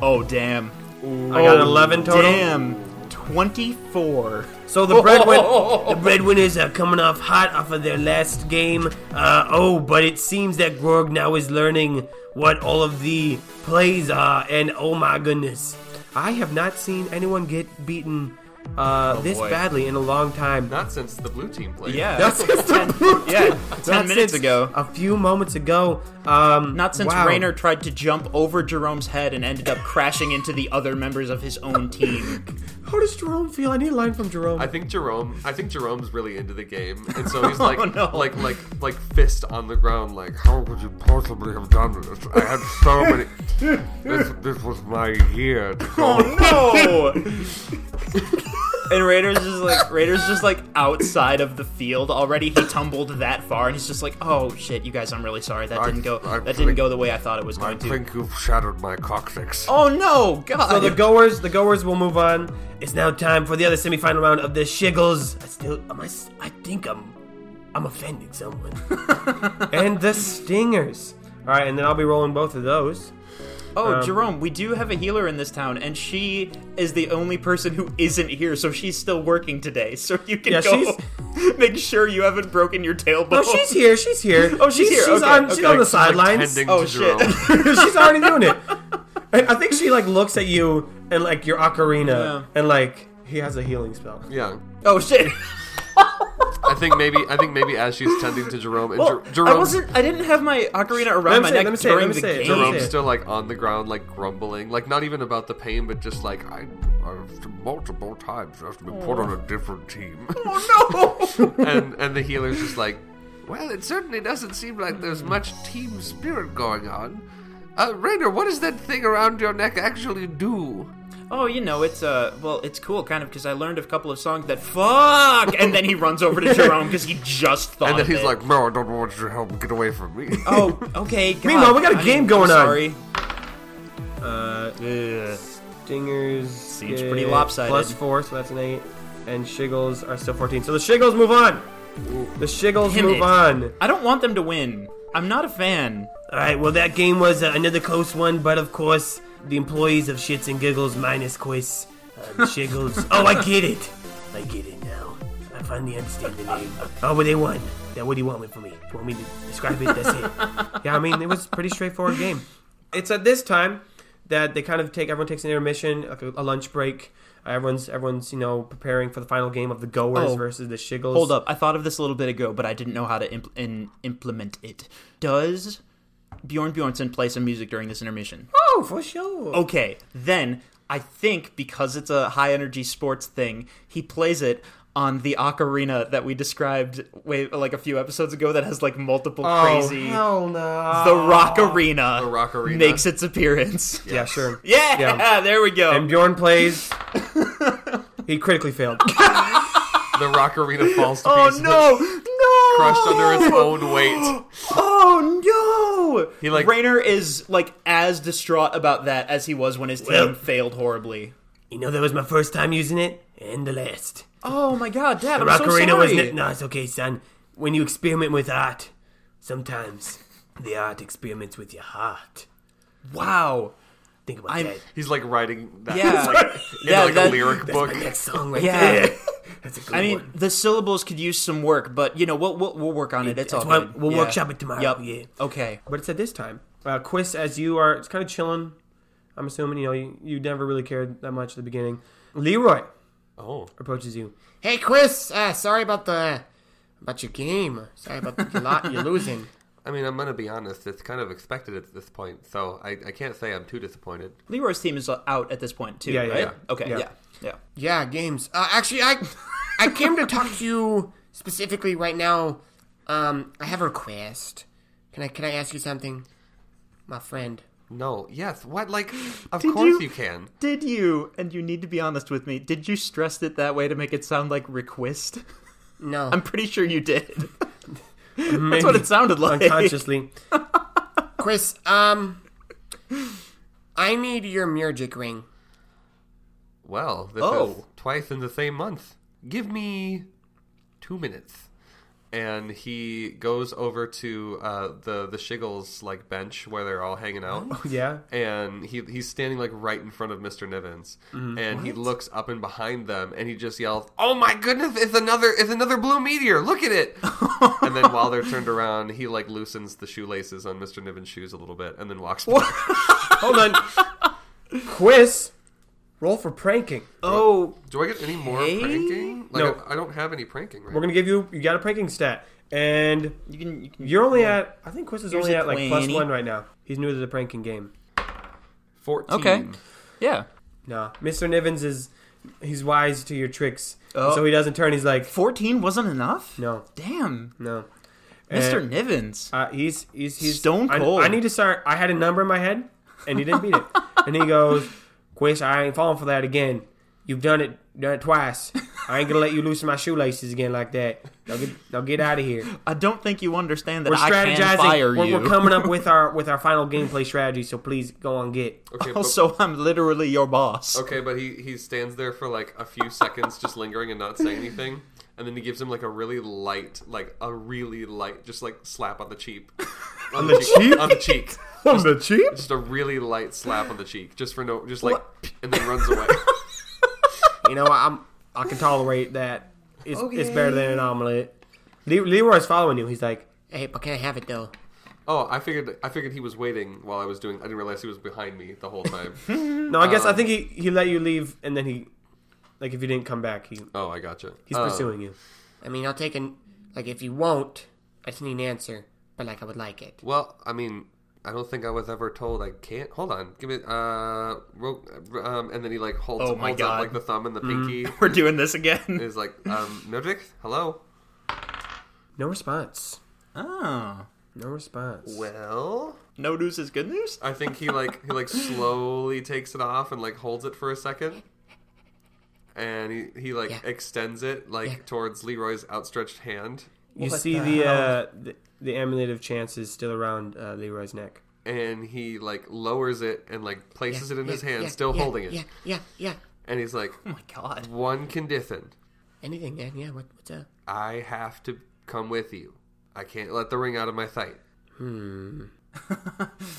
S4: Oh damn! Oh,
S1: I got an eleven total.
S4: Damn. Twenty-four.
S1: So the breadwin- the breadwinners are coming off hot off of their last game. Uh, oh, but it seems that Gorg now is learning what all of the plays are, and oh my goodness, I have not seen anyone get beaten uh, this
S4: boy.
S1: badly in a long time.
S5: Not since the blue team played.
S4: Yeah.
S1: That's ten,
S4: yeah. Ten minutes ago.
S1: A few moments ago. Um,
S4: Not since
S1: wow.
S4: Rayner tried to jump over Jerome's head and ended up crashing into the other members of his own team.
S1: How does Jerome feel? I need a line from Jerome.
S5: I think Jerome. I think Jerome's really into the game, and so he's like,
S4: Oh, no.
S5: like, like, like, fist on the ground, like, how would you possibly have done this? I had so many. This, this was my year.
S4: Oh,
S5: To go.
S4: no! and Raiders is like Raiders just like outside of the field already. He tumbled that far, and he's just like, "Oh shit, you guys, I'm really sorry. That
S5: I-
S4: didn't go.
S5: I
S4: that didn't
S5: think-
S4: go the way I thought it was
S5: I
S4: going to."
S5: think you've shattered my coccyx.
S4: Oh no, God!
S1: so the goers, the goers will move on. It's now time for the other semifinal round of the Shiggles. I still, am I, s- I think I'm, I'm offending someone. and the Stingers. All right, and then I'll be rolling both of those.
S4: oh,
S1: Um,
S4: Jerome, we do have a healer in this town, and she is the only person who isn't here, so she's still working today. So you can
S1: Yeah,
S4: go make sure you haven't broken your tailbone.
S1: No, Oh, she's here. She's here.
S4: Oh, she's here,
S1: She's
S4: okay,
S1: on. She's
S4: okay.
S1: on the
S4: She's, like,
S1: sidelines.
S5: Tending
S4: Oh,
S5: to
S4: shit.
S5: Jerome.
S1: she's already doing it. And I think she like looks at you and like your ocarina
S4: Yeah.
S1: and like he has a healing spell.
S5: Yeah.
S4: Oh shit!
S5: I think maybe I think maybe as she's tending to Jerome and
S4: Well,
S5: Jer- Jerome,
S4: I wasn't. I didn't have my ocarina around
S1: me
S4: my
S1: say it, let
S4: neck
S1: me say it, let
S4: during
S1: me
S4: the
S1: say it, let
S4: game.
S1: me
S5: Jerome's
S1: say it.
S5: still like on the ground, like grumbling, like not even about the pain, but just like I, I've multiple times asked to be put on a different team.
S4: Oh no!
S5: and and the healer's just like, well, it certainly doesn't seem like there's much team spirit going on. Uh, Rainer, what does that thing around your neck actually do?
S4: Oh, you know, it's uh, well, it's cool, kind of, because I learned a couple of songs that fuck, and then he runs over to Jerome because he just thought.
S5: And then
S4: of
S5: he's
S4: it.
S5: like, no, I don't want your help. Get away from me.
S4: "Oh, okay." God,
S1: Meanwhile, we got a
S4: I'm-
S1: game
S4: I'm
S1: going on.
S4: Sorry.
S1: Uh, Stingers
S4: Seems
S1: get
S4: pretty lopsided.
S1: Plus four, so that's an eight. And Shiggles are still fourteen. So the Shiggles move on. The Shiggles
S4: Damn
S1: move
S4: it.
S1: on. All
S4: I don't want them to win. I'm not a fan.
S1: right. Well, that game was uh, another close one, but of course, the employees of Shits and Giggles minus Quiz, uh, the Shiggles. oh, I get it. I get it now. I finally understand the name. Oh, but they won. Now, what do you want me- from me? You want me to describe it? That's it. yeah, I mean, it was a pretty straightforward game. It's at this time that they kind of take everyone takes an intermission, like a, a lunch break. Uh, Everyone's everyone's you know preparing for the final game of the Goers
S4: Oh.
S1: versus the Shiggles.
S4: Hold up, I thought of this a little bit ago, but I didn't know how to impl- in- implement it. Does Bjorn Bjornson play some music during this intermission?
S1: Oh, for sure.
S4: Okay, then I think because it's a high energy sports thing, he plays it on the ocarina that we described way like a few episodes ago that has like multiple crazy
S1: Oh, Hell no.
S4: the rock arena
S5: The Rockarina.
S4: makes its appearance.
S1: Yeah, sure.
S4: Yeah,
S1: Yeah.
S4: there we go.
S1: And Bjorn plays. he critically failed.
S5: the rock arena falls to
S4: oh
S5: pieces,
S4: no. No.
S5: crushed under its own weight.
S4: Oh no.
S5: He, like-
S4: Rainer is like as distraught about that as he was when his team
S1: Well-
S4: failed horribly.
S1: you know, that was my first time using it, and the last.
S4: Oh my god, dad,
S1: The
S4: I'm so
S1: Rockerino
S4: sorry.
S1: was. Ne- no, it's okay, son. When you experiment with art, sometimes the art experiments with your heart.
S4: wow.
S1: Think about
S4: I'm-
S1: that.
S5: He's like writing that
S4: Yeah.
S5: like, in
S4: Yeah,
S5: like
S4: that-
S5: a lyric book.
S1: My next song right
S4: Yeah.
S1: there. That's a good
S4: I mean,
S1: one.
S4: the syllables could use some work, but you know, we'll we'll, we'll work on it. It's all
S1: That's why
S4: good.
S1: we'll workshop it tomorrow,
S4: Yep.
S1: yeah.
S4: Okay.
S1: But it's at this time. Uh, Quiz, as you are, it's kind of chilling. I'm assuming, you know, you, you never really cared that much at the beginning. Leroy
S5: Oh,
S1: approaches you.
S6: Hey, Quiz. Uh, sorry about the about your game. Sorry about the lot you're losing.
S5: I mean, I'm gonna be honest. It's kind of expected at this point, so I, I can't say I'm too disappointed.
S4: Leroy's team is out at this point too,
S1: Yeah, yeah,
S4: right?
S1: yeah.
S4: Okay.
S1: Yeah.
S4: Yeah. Yeah.
S6: Yeah, games. Uh, actually, I I came to talk to you specifically right now. Um, I have a request. Can I can I ask you something, my friend?
S5: No, yes, what? Like, of
S4: Did
S5: course
S4: you-
S5: you... can.
S4: Did you? And you need to be honest with me. Did you stress it that way to make it sound like request?
S6: No.
S4: I'm pretty sure you did. That's what it sounded like.
S1: Unconsciously.
S6: Chris, um, I need your music ring.
S5: Well, this is
S4: Oh.
S5: twice in the same month. Give me two minutes. And he goes over to uh, the the Shiggles like bench where they're all hanging out.
S1: Oh, yeah.
S5: and he he's standing like right in front of Mr. Nivens,
S1: Mm-hmm.
S5: and he looks up and behind them, and he just yells, "Oh my goodness! It's another it's another blue meteor! Look at it!" and then while they're turned around, he like loosens the shoelaces on Mr. Nivens' shoes a little bit, and then walks. By.
S1: Hold on. Quiz Roll for pranking.
S4: Oh,
S5: Do I get any more
S4: Okay.
S5: pranking? Like,
S1: No.
S5: I, I don't have any pranking right
S1: We're gonna give you. You got a pranking stat, and
S4: you can. You can
S1: you're only at. I think Chris is
S4: Here's
S1: only
S4: a
S1: at like plus
S4: 20.
S1: one right now. He's new to the pranking game.
S5: 14.
S4: okay. Yeah.
S1: Nah, Mr. Nivens is. He's wise to your tricks,
S4: Oh.
S1: so he doesn't turn. He's like,
S4: 14 wasn't enough?
S1: no,
S4: Damn.
S1: no.
S4: Mr.
S1: And,
S4: Nivens.
S1: uh, he's he's he's
S4: Stone
S1: I-
S4: cold.
S1: I, need to start. I had a number in my head, and he didn't beat it. and he goes, "Quis, I ain't falling for that again. You've done it, done it twice. I ain't gonna let you loosen my shoelaces again like that. Now get, now get out of here."
S4: I don't think you understand that
S1: We're
S4: I
S1: strategizing.
S4: can fire
S1: we're,
S4: you.
S1: we're coming up with our with our final gameplay strategy. So please go on get.
S5: Okay, but,
S4: also, I'm literally your boss.
S5: okay, but he, he stands there for like a few seconds just lingering and not saying anything. And then he gives him like a really light, like a really light, just like slap on the cheek. On the cheek? On the cheek.
S1: On the cheap.
S5: Just a really light slap on the cheek. Just for no, just like, and then runs away.
S1: You know, I'm I can tolerate that. It's, it's better than an omelet. Le- Leroy's following you. He's like,
S6: Hey, but can I have it though?
S5: Oh, I figured I figured he was waiting while I was doing. I didn't realize he was behind me the whole time.
S1: no, I guess I think he he let you leave, and then he, like, if you didn't come back, he
S5: oh, I gotcha.
S1: he's
S5: Uh,
S1: pursuing you.
S6: I mean, I'll take an like if you won't, I just need an answer, but like I would like it.
S5: Well, I mean, I don't think I was ever told I can't. Hold on, give me. Uh, ro- um, and then he like holds,
S4: Oh my
S5: holds
S4: God.
S5: up like the thumb and the pinky.
S4: We're doing this again.
S5: Is like, um, Mildred, hello.
S1: No response.
S4: Oh.
S1: No response.
S5: Well,
S4: No news is good news?
S5: I think he like he like slowly takes it off and like holds it for a second. And he, he like
S6: Yeah.
S5: extends it like
S6: Yeah.
S5: towards Leroy's outstretched hand.
S1: you
S4: What
S1: see
S4: the
S1: the
S4: hell?
S1: uh, the, the amulet of chance is still around uh, Leroy's neck.
S5: and he like lowers it and like places it in
S6: Yeah,
S5: his hand,
S6: yeah,
S5: still
S6: yeah,
S5: holding it.
S6: Yeah, yeah, yeah.
S5: And he's like,
S4: Oh my god.
S5: "One condition:
S6: Anything, man. Yeah. What, what's up?
S5: I have to come with you. I can't let the ring out of my sight." Hmm.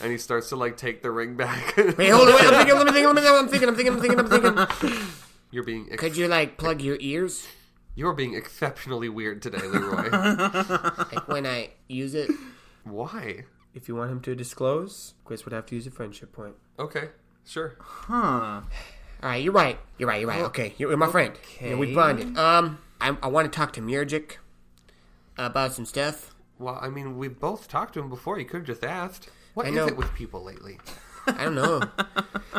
S5: and he starts to like take the ring back.
S6: Wait, hold on. Wait, I'm thinking. Let me think. Let me think. I'm thinking. I'm thinking. I'm thinking. I'm thinking. I'm thinking.
S5: you're being ex-
S6: Could you like plug your ears?
S5: you're being exceptionally weird today, Leroy.
S6: Like when I use it.
S5: Why?
S1: If you want him to disclose, Chris would have to use a friendship point.
S5: Okay, sure.
S4: Huh.
S6: All right, you're right. You're right. You're right. Okay, you're my friend. Yeah, we bonded. Um, I, I want to talk to Murgic about some stuff.
S5: Well, I mean, we both talked to him before. You could have just asked. What
S6: I
S5: is
S6: know.
S5: it with people lately?
S6: I don't know.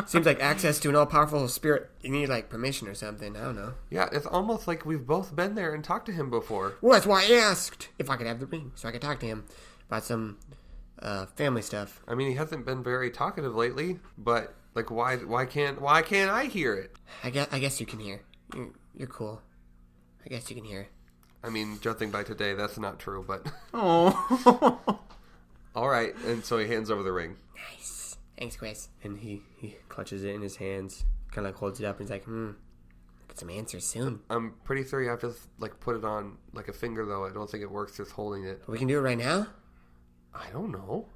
S6: Seems like access to an all-powerful spirit. You need like permission or something. I don't know.
S5: Yeah, it's almost like we've both been there and talked to him before.
S6: Well, that's why I asked if I could have the ring so I could talk to him about some uh, family stuff.
S5: I mean, he hasn't been very talkative lately, but like, why? Why can't? Why can't I hear it?
S6: I guess I guess you can hear. You're, you're cool. I guess you can hear.
S5: I mean, judging by today, that's not true. But
S4: Oh.
S5: all right, and so he hands over the ring.
S6: Thanks, Chris.
S1: And he, he clutches it in his hands, kind of like holds it up, and he's like, hmm.
S6: Get some answers soon.
S5: I'm pretty sure you have to like put it on like a finger, though. I don't think it works just holding it.
S6: We can do it right now.
S5: I don't know.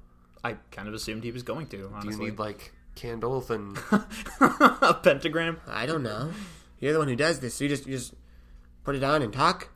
S4: I kind of assumed he was going to,
S5: Do you
S4: honestly.
S5: need like candles and
S4: a pentagram?
S6: I don't know. You're the one who does this. So you just you just put it on and talk.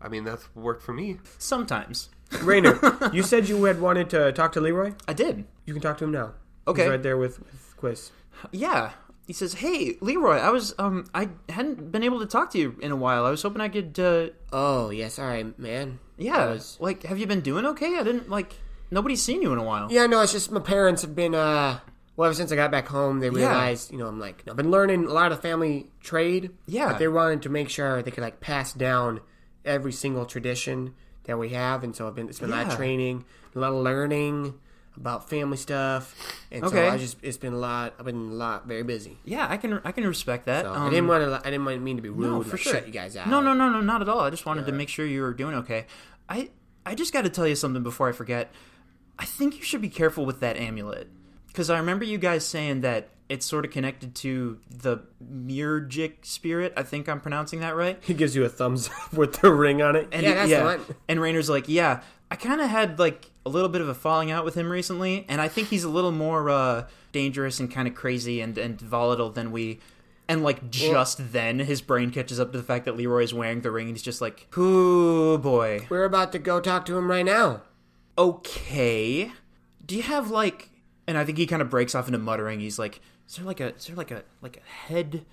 S5: I mean, that's worked for me.
S4: Sometimes.
S1: Rainer, you said you had wanted to talk to Leroy.
S4: I did.
S1: You can talk to him now.
S4: Okay.
S1: He's right there with, with Quiz.
S4: Yeah. He says, "Hey, Leroy, I was um I hadn't been able to talk to you in a while. I was hoping I could uh
S6: Oh yes, all right, man.
S4: yeah, like have you been doing okay? I didn't like nobody's seen you in a while."
S6: Yeah, no, it's just my parents have been. uh Well, ever since I got back home, they realized, you know, I'm like I've been learning a lot of family trade.
S4: Yeah.
S6: but they wanted to make sure they could like pass down every single tradition that we have, and so I've been it's been a lot of
S4: Yeah.
S6: training, a lot of learning about family stuff, and
S4: Okay.
S6: so I just it's been a lot. I've been a lot very busy.
S4: Yeah, I can I can respect that.
S6: So
S4: um,
S6: I didn't want to. I didn't want- mean to be rude.
S4: no,
S6: and,
S4: for
S6: like,
S4: sure.
S6: Shut you guys out.
S4: No, no, no, no, not at all. I just wanted to make sure you were doing okay. I I just got to tell you something before I forget. I think you should be careful with that amulet because I remember you guys saying that it's sort of connected to the Murgic spirit. I think I'm pronouncing that right.
S1: He gives you a thumbs up with the ring on it.
S4: And
S6: Yeah, that's
S4: yeah.
S6: the one.
S4: And Rainer's like, yeah, I kind of had like a little bit of a falling out with him recently, and I think he's a little more uh, dangerous and kind of crazy and, and volatile than we. And like just then, his brain catches up to the fact that Leroy is wearing the ring, and he's just like, "Ooh boy,
S6: We're about to go talk to him right now.
S4: okay." Do you have like? And I think he kind of breaks off into muttering. He's like, Is there like a is there like a like a head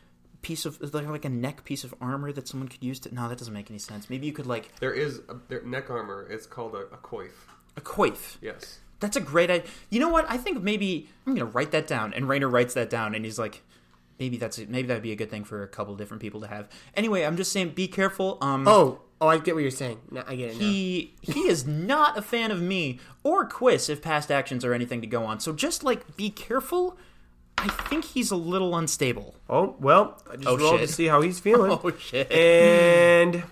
S4: piece of is there like a neck piece of armor that someone could use to? No, that doesn't make any sense. Maybe you could like
S5: There is a, there, neck armor. It's called a, a coif.
S4: a coif.
S5: Yes.
S4: That's a great idea. You know what? I think maybe I'm gonna write that down. And Rainer writes that down, and he's like, maybe that's it. maybe that'd be a good thing for a couple different people to have. Anyway, I'm just saying, be careful. Um,
S6: Oh, oh, I get what you're saying. No, I get it now.
S4: he he is not a fan of me or Quiz if past actions are anything to go on. So just like be careful. I think he's a little unstable.
S1: Oh well, I just
S4: Oh,
S1: rolled
S4: shit.
S1: to see how he's feeling.
S4: Oh shit!
S1: And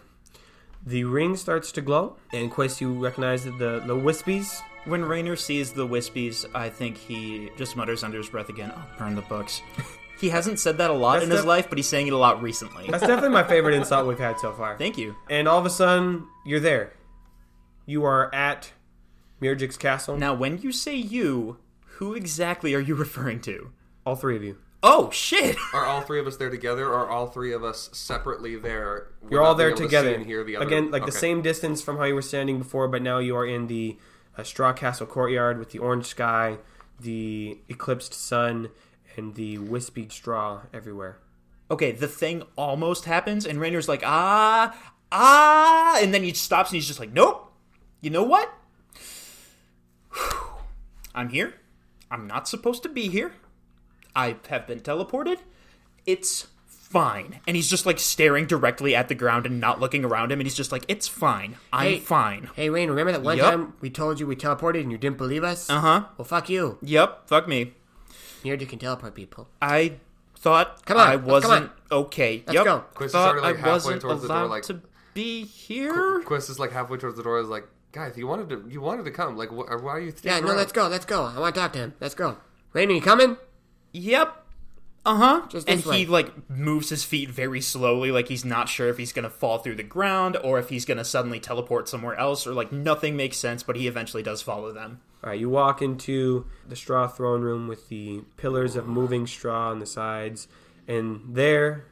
S1: the ring starts to glow. And Quest, you recognize that the the wispies.
S4: When Rainer sees the Wispies, I think he just mutters under his breath again, "Oh, burn the books." He hasn't said that a lot
S1: That's
S4: in his
S1: def-
S4: life, but he's saying it a lot recently.
S1: That's definitely my favorite insult we've had so far.
S4: Thank you.
S1: And all of a sudden, you're there. You are at Murgic's castle.
S4: Now, when you say you, who exactly are you referring to?
S1: all three of you.
S4: Oh shit!
S5: Are all three of us there together, or are all three of us separately there?
S1: You're
S5: without
S1: all there
S5: being able to
S1: together.
S5: see and hear the other-
S1: Again, like the
S5: Okay.
S1: same distance from how you were standing before, but now you are in the uh, Straw Castle courtyard with the orange sky, the eclipsed sun, and the wispy straw everywhere.
S4: Okay, the thing almost happens, and Rainer's like, ah, ah, and then he stops and he's just like, nope. You know what? I'm here. I'm not supposed to be here. I have been teleported. It's fine. And he's just like staring directly at the ground and not looking around him, and he's just like, it's fine. I'm
S6: Hey.
S4: fine.
S6: Hey, Rain, remember that one
S4: Yup.
S6: time we told you we teleported and you didn't believe us?
S4: Uh huh.
S6: Well, fuck you.
S4: Yep, fuck me.
S6: Nerdy can teleport people.
S4: I thought
S6: Come on,
S4: I
S6: let's- come
S4: wasn't
S6: on.
S4: okay. yep.
S6: go.
S5: Quiz is
S4: Thought
S5: already, like,
S4: I
S5: halfway
S4: wasn't
S5: towards the door,
S4: allowed
S5: like-
S4: to be here.
S5: Quest is like halfway towards the door. Is like, guys, you wanted to, you wanted to come. Like, wh- why are you?
S6: Yeah,
S5: sticking
S6: no,
S5: around?"
S6: let's go, let's go. I want to talk to him. Let's go. Rain, are you coming?
S4: Yep. Uh huh.
S6: Just
S4: And
S6: this way.
S4: he like moves his feet very slowly, like he's not sure if he's gonna fall through the ground or if he's gonna suddenly teleport somewhere else, or like nothing makes sense. But he eventually does follow them.
S1: All right, you walk into the straw throne room with the pillars of moving straw on the sides, and there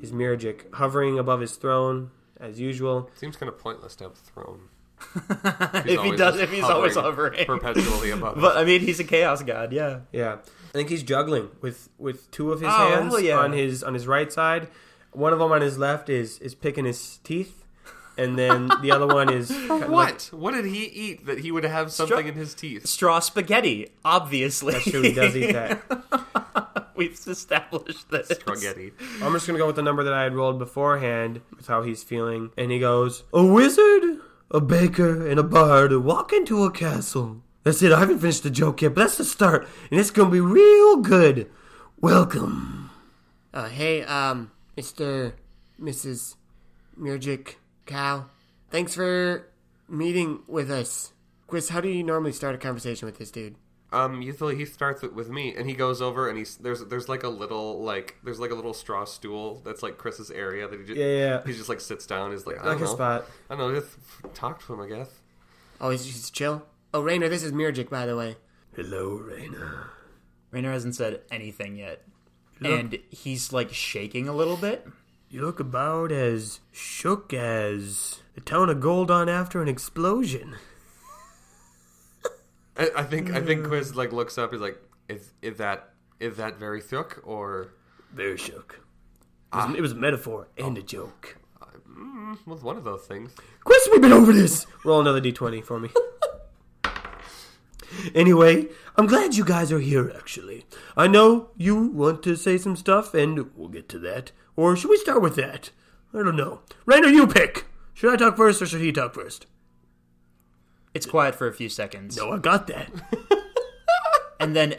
S1: is Miragic hovering above his throne as usual.
S5: Seems kind of pointless to have a throne.
S4: if he does, if he's always hovering.
S5: perpetually above. us.
S4: But I mean, he's a chaos god. Yeah.
S1: Yeah, I think he's juggling with with two of his
S4: Oh,
S1: hands
S4: hell yeah.
S1: on his on his right side. One of them on his left is is picking his teeth, and then the other one is kinda like-
S5: What? What did he eat that he would have something in his teeth?
S4: Straw spaghetti, obviously.
S1: that's true. He does eat that.
S4: We've established this.
S5: Spaghetti.
S1: I'm just gonna go with the number that I had rolled beforehand with how he's feeling, and he goes, "A wizard, a baker, and a bard walk into a castle." That's it. I haven't finished the joke yet, but that's the start, and it's gonna be real good. Welcome.
S6: Uh, hey, um, Mr. Mrs. Murgic Cow. Thanks for meeting with us. Chris, how do you normally start a conversation with this dude?
S5: Um, usually he starts it with me, and he goes over, and he's there's there's like a little like there's like a little straw stool that's like Chris's area that he just
S1: Yeah, yeah.
S5: he just like sits down. He's like I don't
S1: Like a
S5: know,
S1: spot.
S5: I don't know, just f- talk to him, I guess.
S6: Oh, he's just chill? Oh, Rainer, this is Murgic, by the way.
S1: Hello, Raina.
S4: Rainer hasn't said anything yet, and he's like shaking a little bit.
S1: You look about as shook as the town of Goldon after an explosion.
S5: I, I think I think
S1: Mm.
S5: Quiz like looks up. He's like, is is that is that very shook or
S1: Very shook. It
S2: Ah.
S1: was, it was a metaphor and a joke.
S5: was one of those things?
S1: Quest, we've been over this. Roll another d20 for me. anyway, I'm glad you guys are here, actually. I know you want to say some stuff, and we'll get to that. Or should we start with that? I don't know. Rainer, you pick. Should I talk first, or should he talk first?
S4: It's quiet for a few seconds.
S1: No, I got that.
S4: and then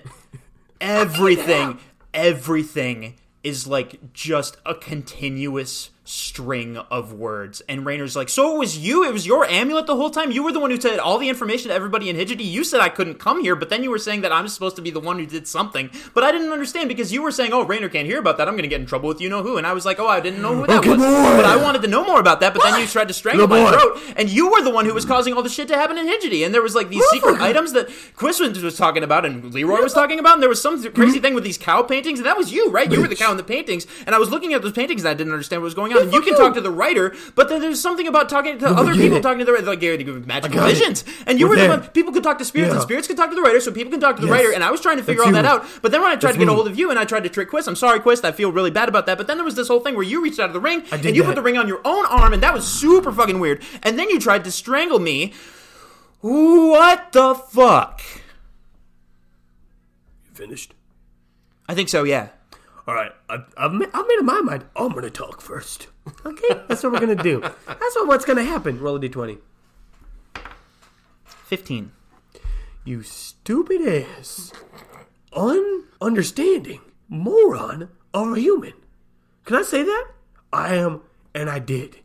S4: everything everything is like just a continuous string of words and Rainer's like so it was you it was your amulet the whole time you were the one who said all the information to everybody in Hidgety you said I couldn't come here but then you were saying that I'm supposed to be the one who did something but I didn't understand because you were saying oh Rainer can't hear about that I'm gonna get in trouble with you know who and I was like oh I didn't know who that
S1: Okay,
S4: was
S1: boy.
S4: but I wanted to know more about that but then you tried to strangle
S1: Good
S4: my
S1: boy.
S4: throat and you were the one who was causing all the shit to happen in Hidgety and there was like these secret items that Chris was was talking about and Leroy was talking about and there was some
S3: Mm-hmm.
S4: crazy thing with these cow paintings and that was you right you were the cow in the paintings and I was looking at those paintings and I didn't understand what was going on someone, and you can talk to the writer. But then there's something about talking to other people, talking to the writer, like yeah, you have magical visions, and you were the
S3: there.
S4: one. People could talk to spirits, and
S3: Yeah.
S4: spirits could talk to the writer, so people can talk to the writer. And I was trying to figure
S3: That's
S4: all that
S3: you.
S4: out. But then when I tried to get
S3: me.
S4: a hold of you, and I tried to trick Quist, I'm sorry, Quist, I feel really bad about that. But then there was this whole thing where you reached out of the ring
S3: did
S4: and you put
S3: that.
S4: the ring on your own arm, and that was super fucking weird. And then you tried to strangle me. What the fuck?
S7: Finished.
S4: I think so. Yeah.
S7: All right. I've, I've ma-
S3: I've made up my mind.
S7: I'm gonna talk first.
S3: Okay, that's what we're gonna do. That's what, what's gonna happen. Roll a d20.
S4: Fifteen.
S3: You stupid ass, ununderstanding moron of a human. Can I say that? I am, and I did.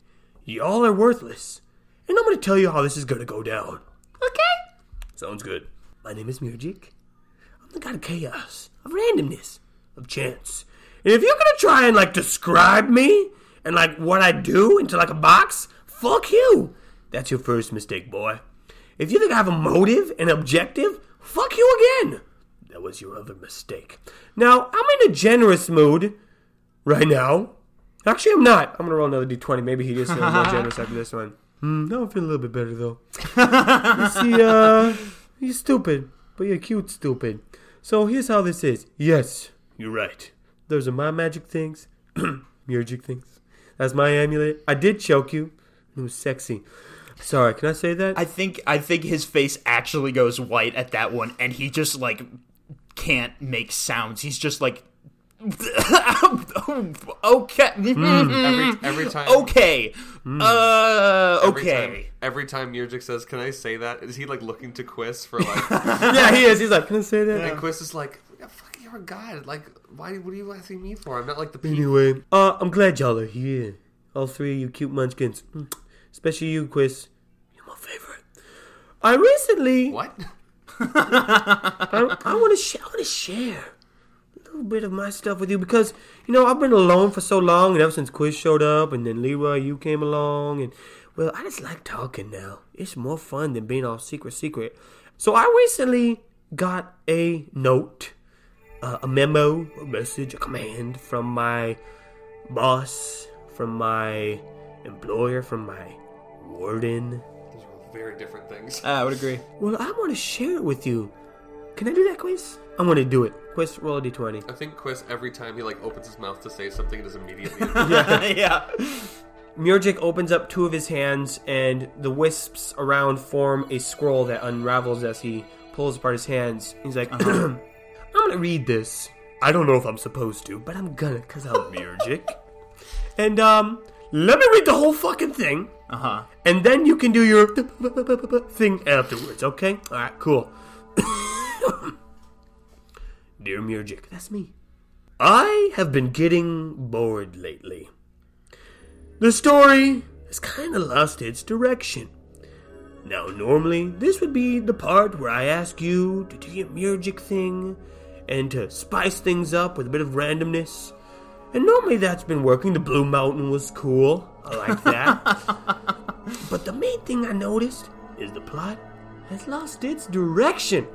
S3: Y'all are worthless, and I'm gonna tell you how this is gonna go down. Okay.
S7: Sounds good.
S3: My name is Murgic. I'm the god of chaos, of randomness, of chance. And if you're gonna try and like describe me and like what I do into like a box, fuck you. That's your first mistake, boy. If you think I have a motive and objective, fuck you again. That was your other mistake. Now, I'm in a generous mood right now. Actually, I'm not. I'm gonna roll another d20. Maybe he is feeling more generous after this one. Hmm, now I'm feeling a little bit better though. you see, uh, you're stupid, but you're cute stupid. So here's how this is. Yes, you're right. Those are my magic things, magic things. That's my amulet. I did choke you. It was sexy. Sorry, can I say that?
S4: I think I think his face actually goes white at that one, and he just like can't make sounds. He's just like, okay, Hmm.
S5: Every, every time.
S4: okay, uh,
S5: Every Time,
S4: okay.
S5: every time Murgic says, "Can I say that?" Is he like looking to Quiz for like?
S3: yeah, he is. He's like, can I say that?
S5: and Quiz is like, "Yeah, "Fuck, you're a god. Like, why? What are you asking me for? I'm not like the people."
S3: Anyway, uh, I'm glad y'all are here. All three of you cute munchkins. Mm. Especially you, Quiz. You're my favorite. I recently,
S5: What?
S3: I, I want to sh- I want to share a little bit of my stuff with you because you know I've been alone for so long, and ever since Quiz showed up, and then Leroy, you came along, and well, I just like talking now. It's more fun than being all secret, secret. So I recently got a note, uh, a memo, a message, a command from my boss, from my employer, from my warden.
S5: Those are very different things.
S4: Ah, I would agree.
S3: Well, I want to share it with you. Can I do that, Quiz? I'm going to do it. Quiz, roll a d20.
S5: I think Quiz every time he like opens his mouth to say something, it is immediately.
S4: yeah,
S3: Murgic opens up two of his hands, and the wisps around form a scroll that unravels as he pulls apart his hands. He's like, I'm gonna read this. I don't know if I'm supposed to, but I'm gonna, because I'm Murgic. and, um, let me read the whole fucking thing. Uh huh. And then you can do your thing afterwards, okay? Alright, cool. Dear Murgic, that's me. I have been getting bored lately. The story has kind of lost its direction. Now, normally, this would be the part where I ask you to do your music thing and to spice things up with a bit of randomness. And normally that's been working. The Blue Mountain was cool. I like that. but the main thing I noticed is the plot has lost its direction.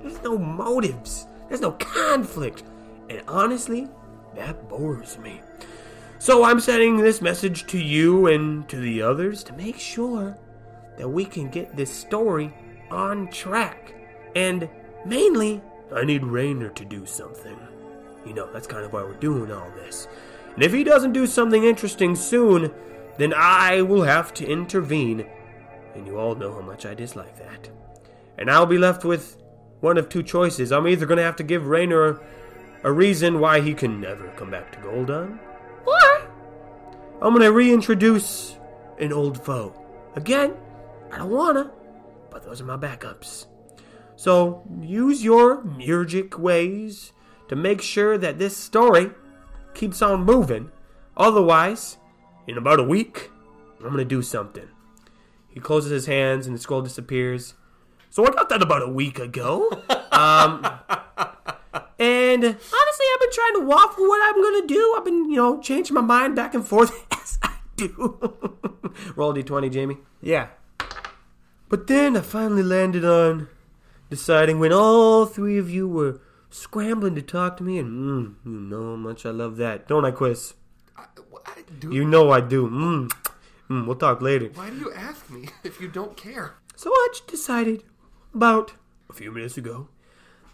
S3: There's no motives, there's no conflict. And honestly, that bores me. So I'm sending this message to you and to the others to make sure that we can get this story on track. And mainly, I need Raynor to do something. You know, that's kind of why we're doing all this. And if he doesn't do something interesting soon, then I will have to intervene. And you all know how much I dislike that. And I'll be left with one of two choices. I'm either going to have to give Raynor a reason why he can never come back to Goldon, or I'm gonna reintroduce an old foe. Again, I don't wanna, but those are my backups. So use your music ways to make sure that this story keeps on moving. Otherwise, in about a week, I'm gonna do something. He closes his hands and the scroll disappears. So I got that about a week ago. And honestly, I've been trying to waffle what I'm gonna do. I've been, you know, changing my mind back and forth as I do. Roll d20, Jamie.
S4: yeah.
S3: But then I finally landed on deciding when all three of you were scrambling to talk to me, and mm, you know how much I love that, don't I, Quiz?
S5: I- I-
S3: You know I do. Mm. Mm, we'll talk later.
S1: Why do you ask me if you don't care?
S3: So I just decided about a few minutes ago.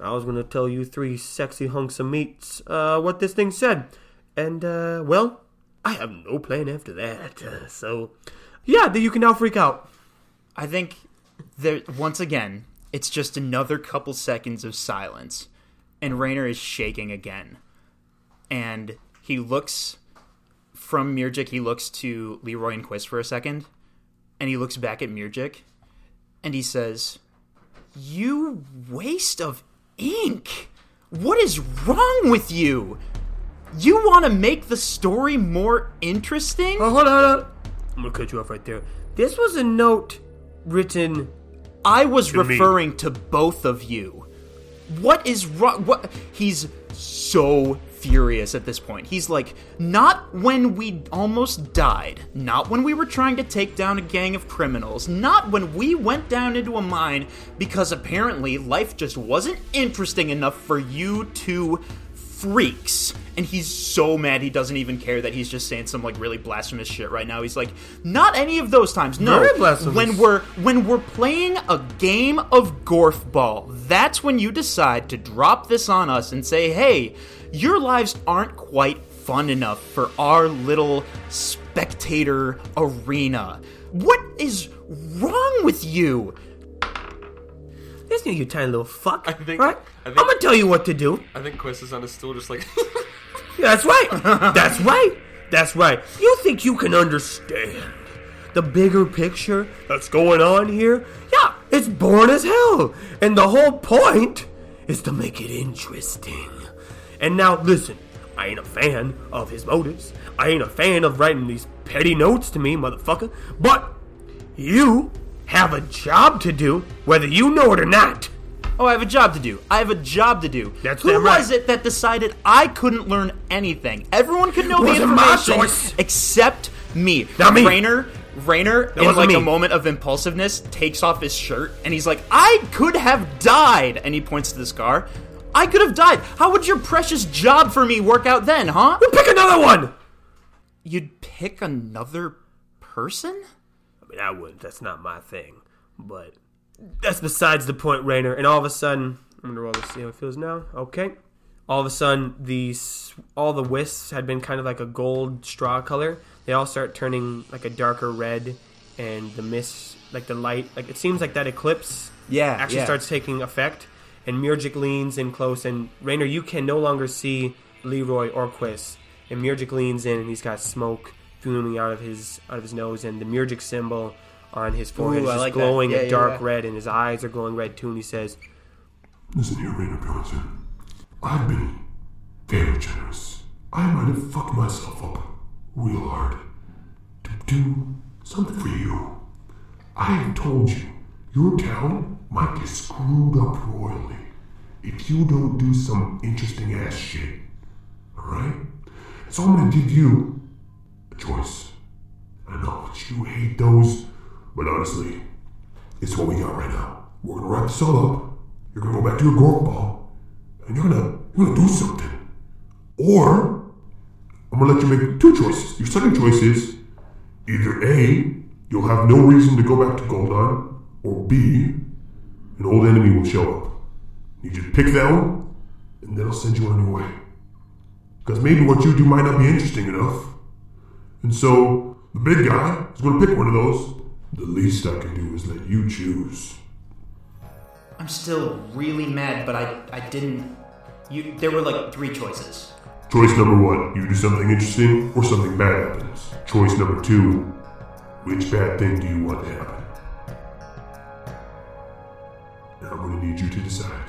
S3: I was going to tell you three sexy hunks of meats uh, what this thing said. And, uh, well, I have no plan after that. Uh, so, yeah, then you can now freak out.
S4: I think there once again, it's just another couple seconds of silence, and Rayner is shaking again, and he looks from Mirjik. He looks to Leroy and Quist for a second, and he looks back at Mirjik, and he says, "You waste of ink. What is wrong with you? You want to make the story more interesting?"
S3: Oh, hold on, hold on. I'm going to cut you off right there. This was a note written.
S4: I was
S8: me.
S4: referring to both of you. What is wrong? What he's so furious at this point. He's like, not when we almost died, not when we were trying to take down a gang of criminals, not when we went down into a mine because apparently life just wasn't interesting enough for you two freaks. And he's so mad he doesn't even care that he's just saying some like really blasphemous shit right now. He's like, not any of those times. No,
S3: Very blasphemous.
S4: when we're when we're playing a game of golf ball, that's when you decide to drop this on us and say, "Hey, your lives aren't quite fun enough for our little spectator arena. What is wrong with you?"
S3: Listen, you tiny little fuck. I
S5: think-
S3: right?
S5: I think-
S3: I'm going to tell you what to do.
S5: I think Quist is on his stool, just like
S3: Yeah, That's right. That's right. That's right. You think you can understand the bigger picture that's going on here? Yeah, it's boring as hell. And the whole point is to make it interesting. And now, listen, I ain't a fan of his motives. I ain't a fan of writing these petty notes to me, motherfucker. But you have a job to do, whether you know it or not.
S4: Oh, I have a job to do. I have a job to do.
S3: That's
S4: Who
S3: damn right.
S4: was it that decided I couldn't learn anything? Everyone could know the
S3: Wasn't my
S4: information
S3: choice.
S4: except me.
S3: Not me.
S4: Rainer, Rainer, in
S3: wasn't
S4: like a
S3: me.
S4: moment of impulsiveness, takes off his shirt and he's like, "I could have died," and he points to the scar. I could have died. How would your precious job for me work out then, huh?
S3: Pick another one!
S4: You'd pick another person?
S3: I mean, I wouldn't. That's not my thing. But that's besides the point, Rainer. And all of a sudden, I'm gonna roll to see how it feels now. Okay. All of a sudden, these all the wisps had been kind of like a gold straw color. They all start turning like a darker red, and the mist, like the light, like it seems like that eclipse,
S4: Yeah,
S3: actually
S4: yeah.
S3: starts taking effect. And Murgic leans in close, and Rainer, you can no longer see Leroy or Quiz. And Murgic leans in, and he's got smoke fuming out of his out of his nose, and the Murgic symbol on his forehead
S4: Ooh,
S3: is
S4: I
S3: just
S4: like that.
S3: glowing
S4: Yeah,
S3: a
S4: yeah,
S3: dark
S4: yeah.
S3: red, and his eyes are glowing red too. And he says,
S9: Listen here, Rainer Pellington. I've been very generous. I might have fucked myself up real hard to do something for you. I have told you, your town might get screwed up royally if you don't do some interesting ass shit. Alright? So I'm gonna give you a choice. I know that you hate those, but honestly, it's what we got right now. We're gonna wrap this all up. You're gonna go back to your golf ball, and you're gonna you're gonna do something. Or I'm gonna let you make two choices. Your second choice is either A, you'll have no reason to go back to Goldon, or B, an old enemy will show up. You just pick that one, and that'll send you on your way. Because maybe what you do might not be interesting enough. And so the big guy is gonna pick one of those. The least I can do is let you choose.
S4: I'm still really mad, but I I didn't. You there were like three choices.
S9: Choice number one, you do something interesting or something bad happens. Choice number two, which bad thing do you want to happen? Now I'm gonna need you to decide.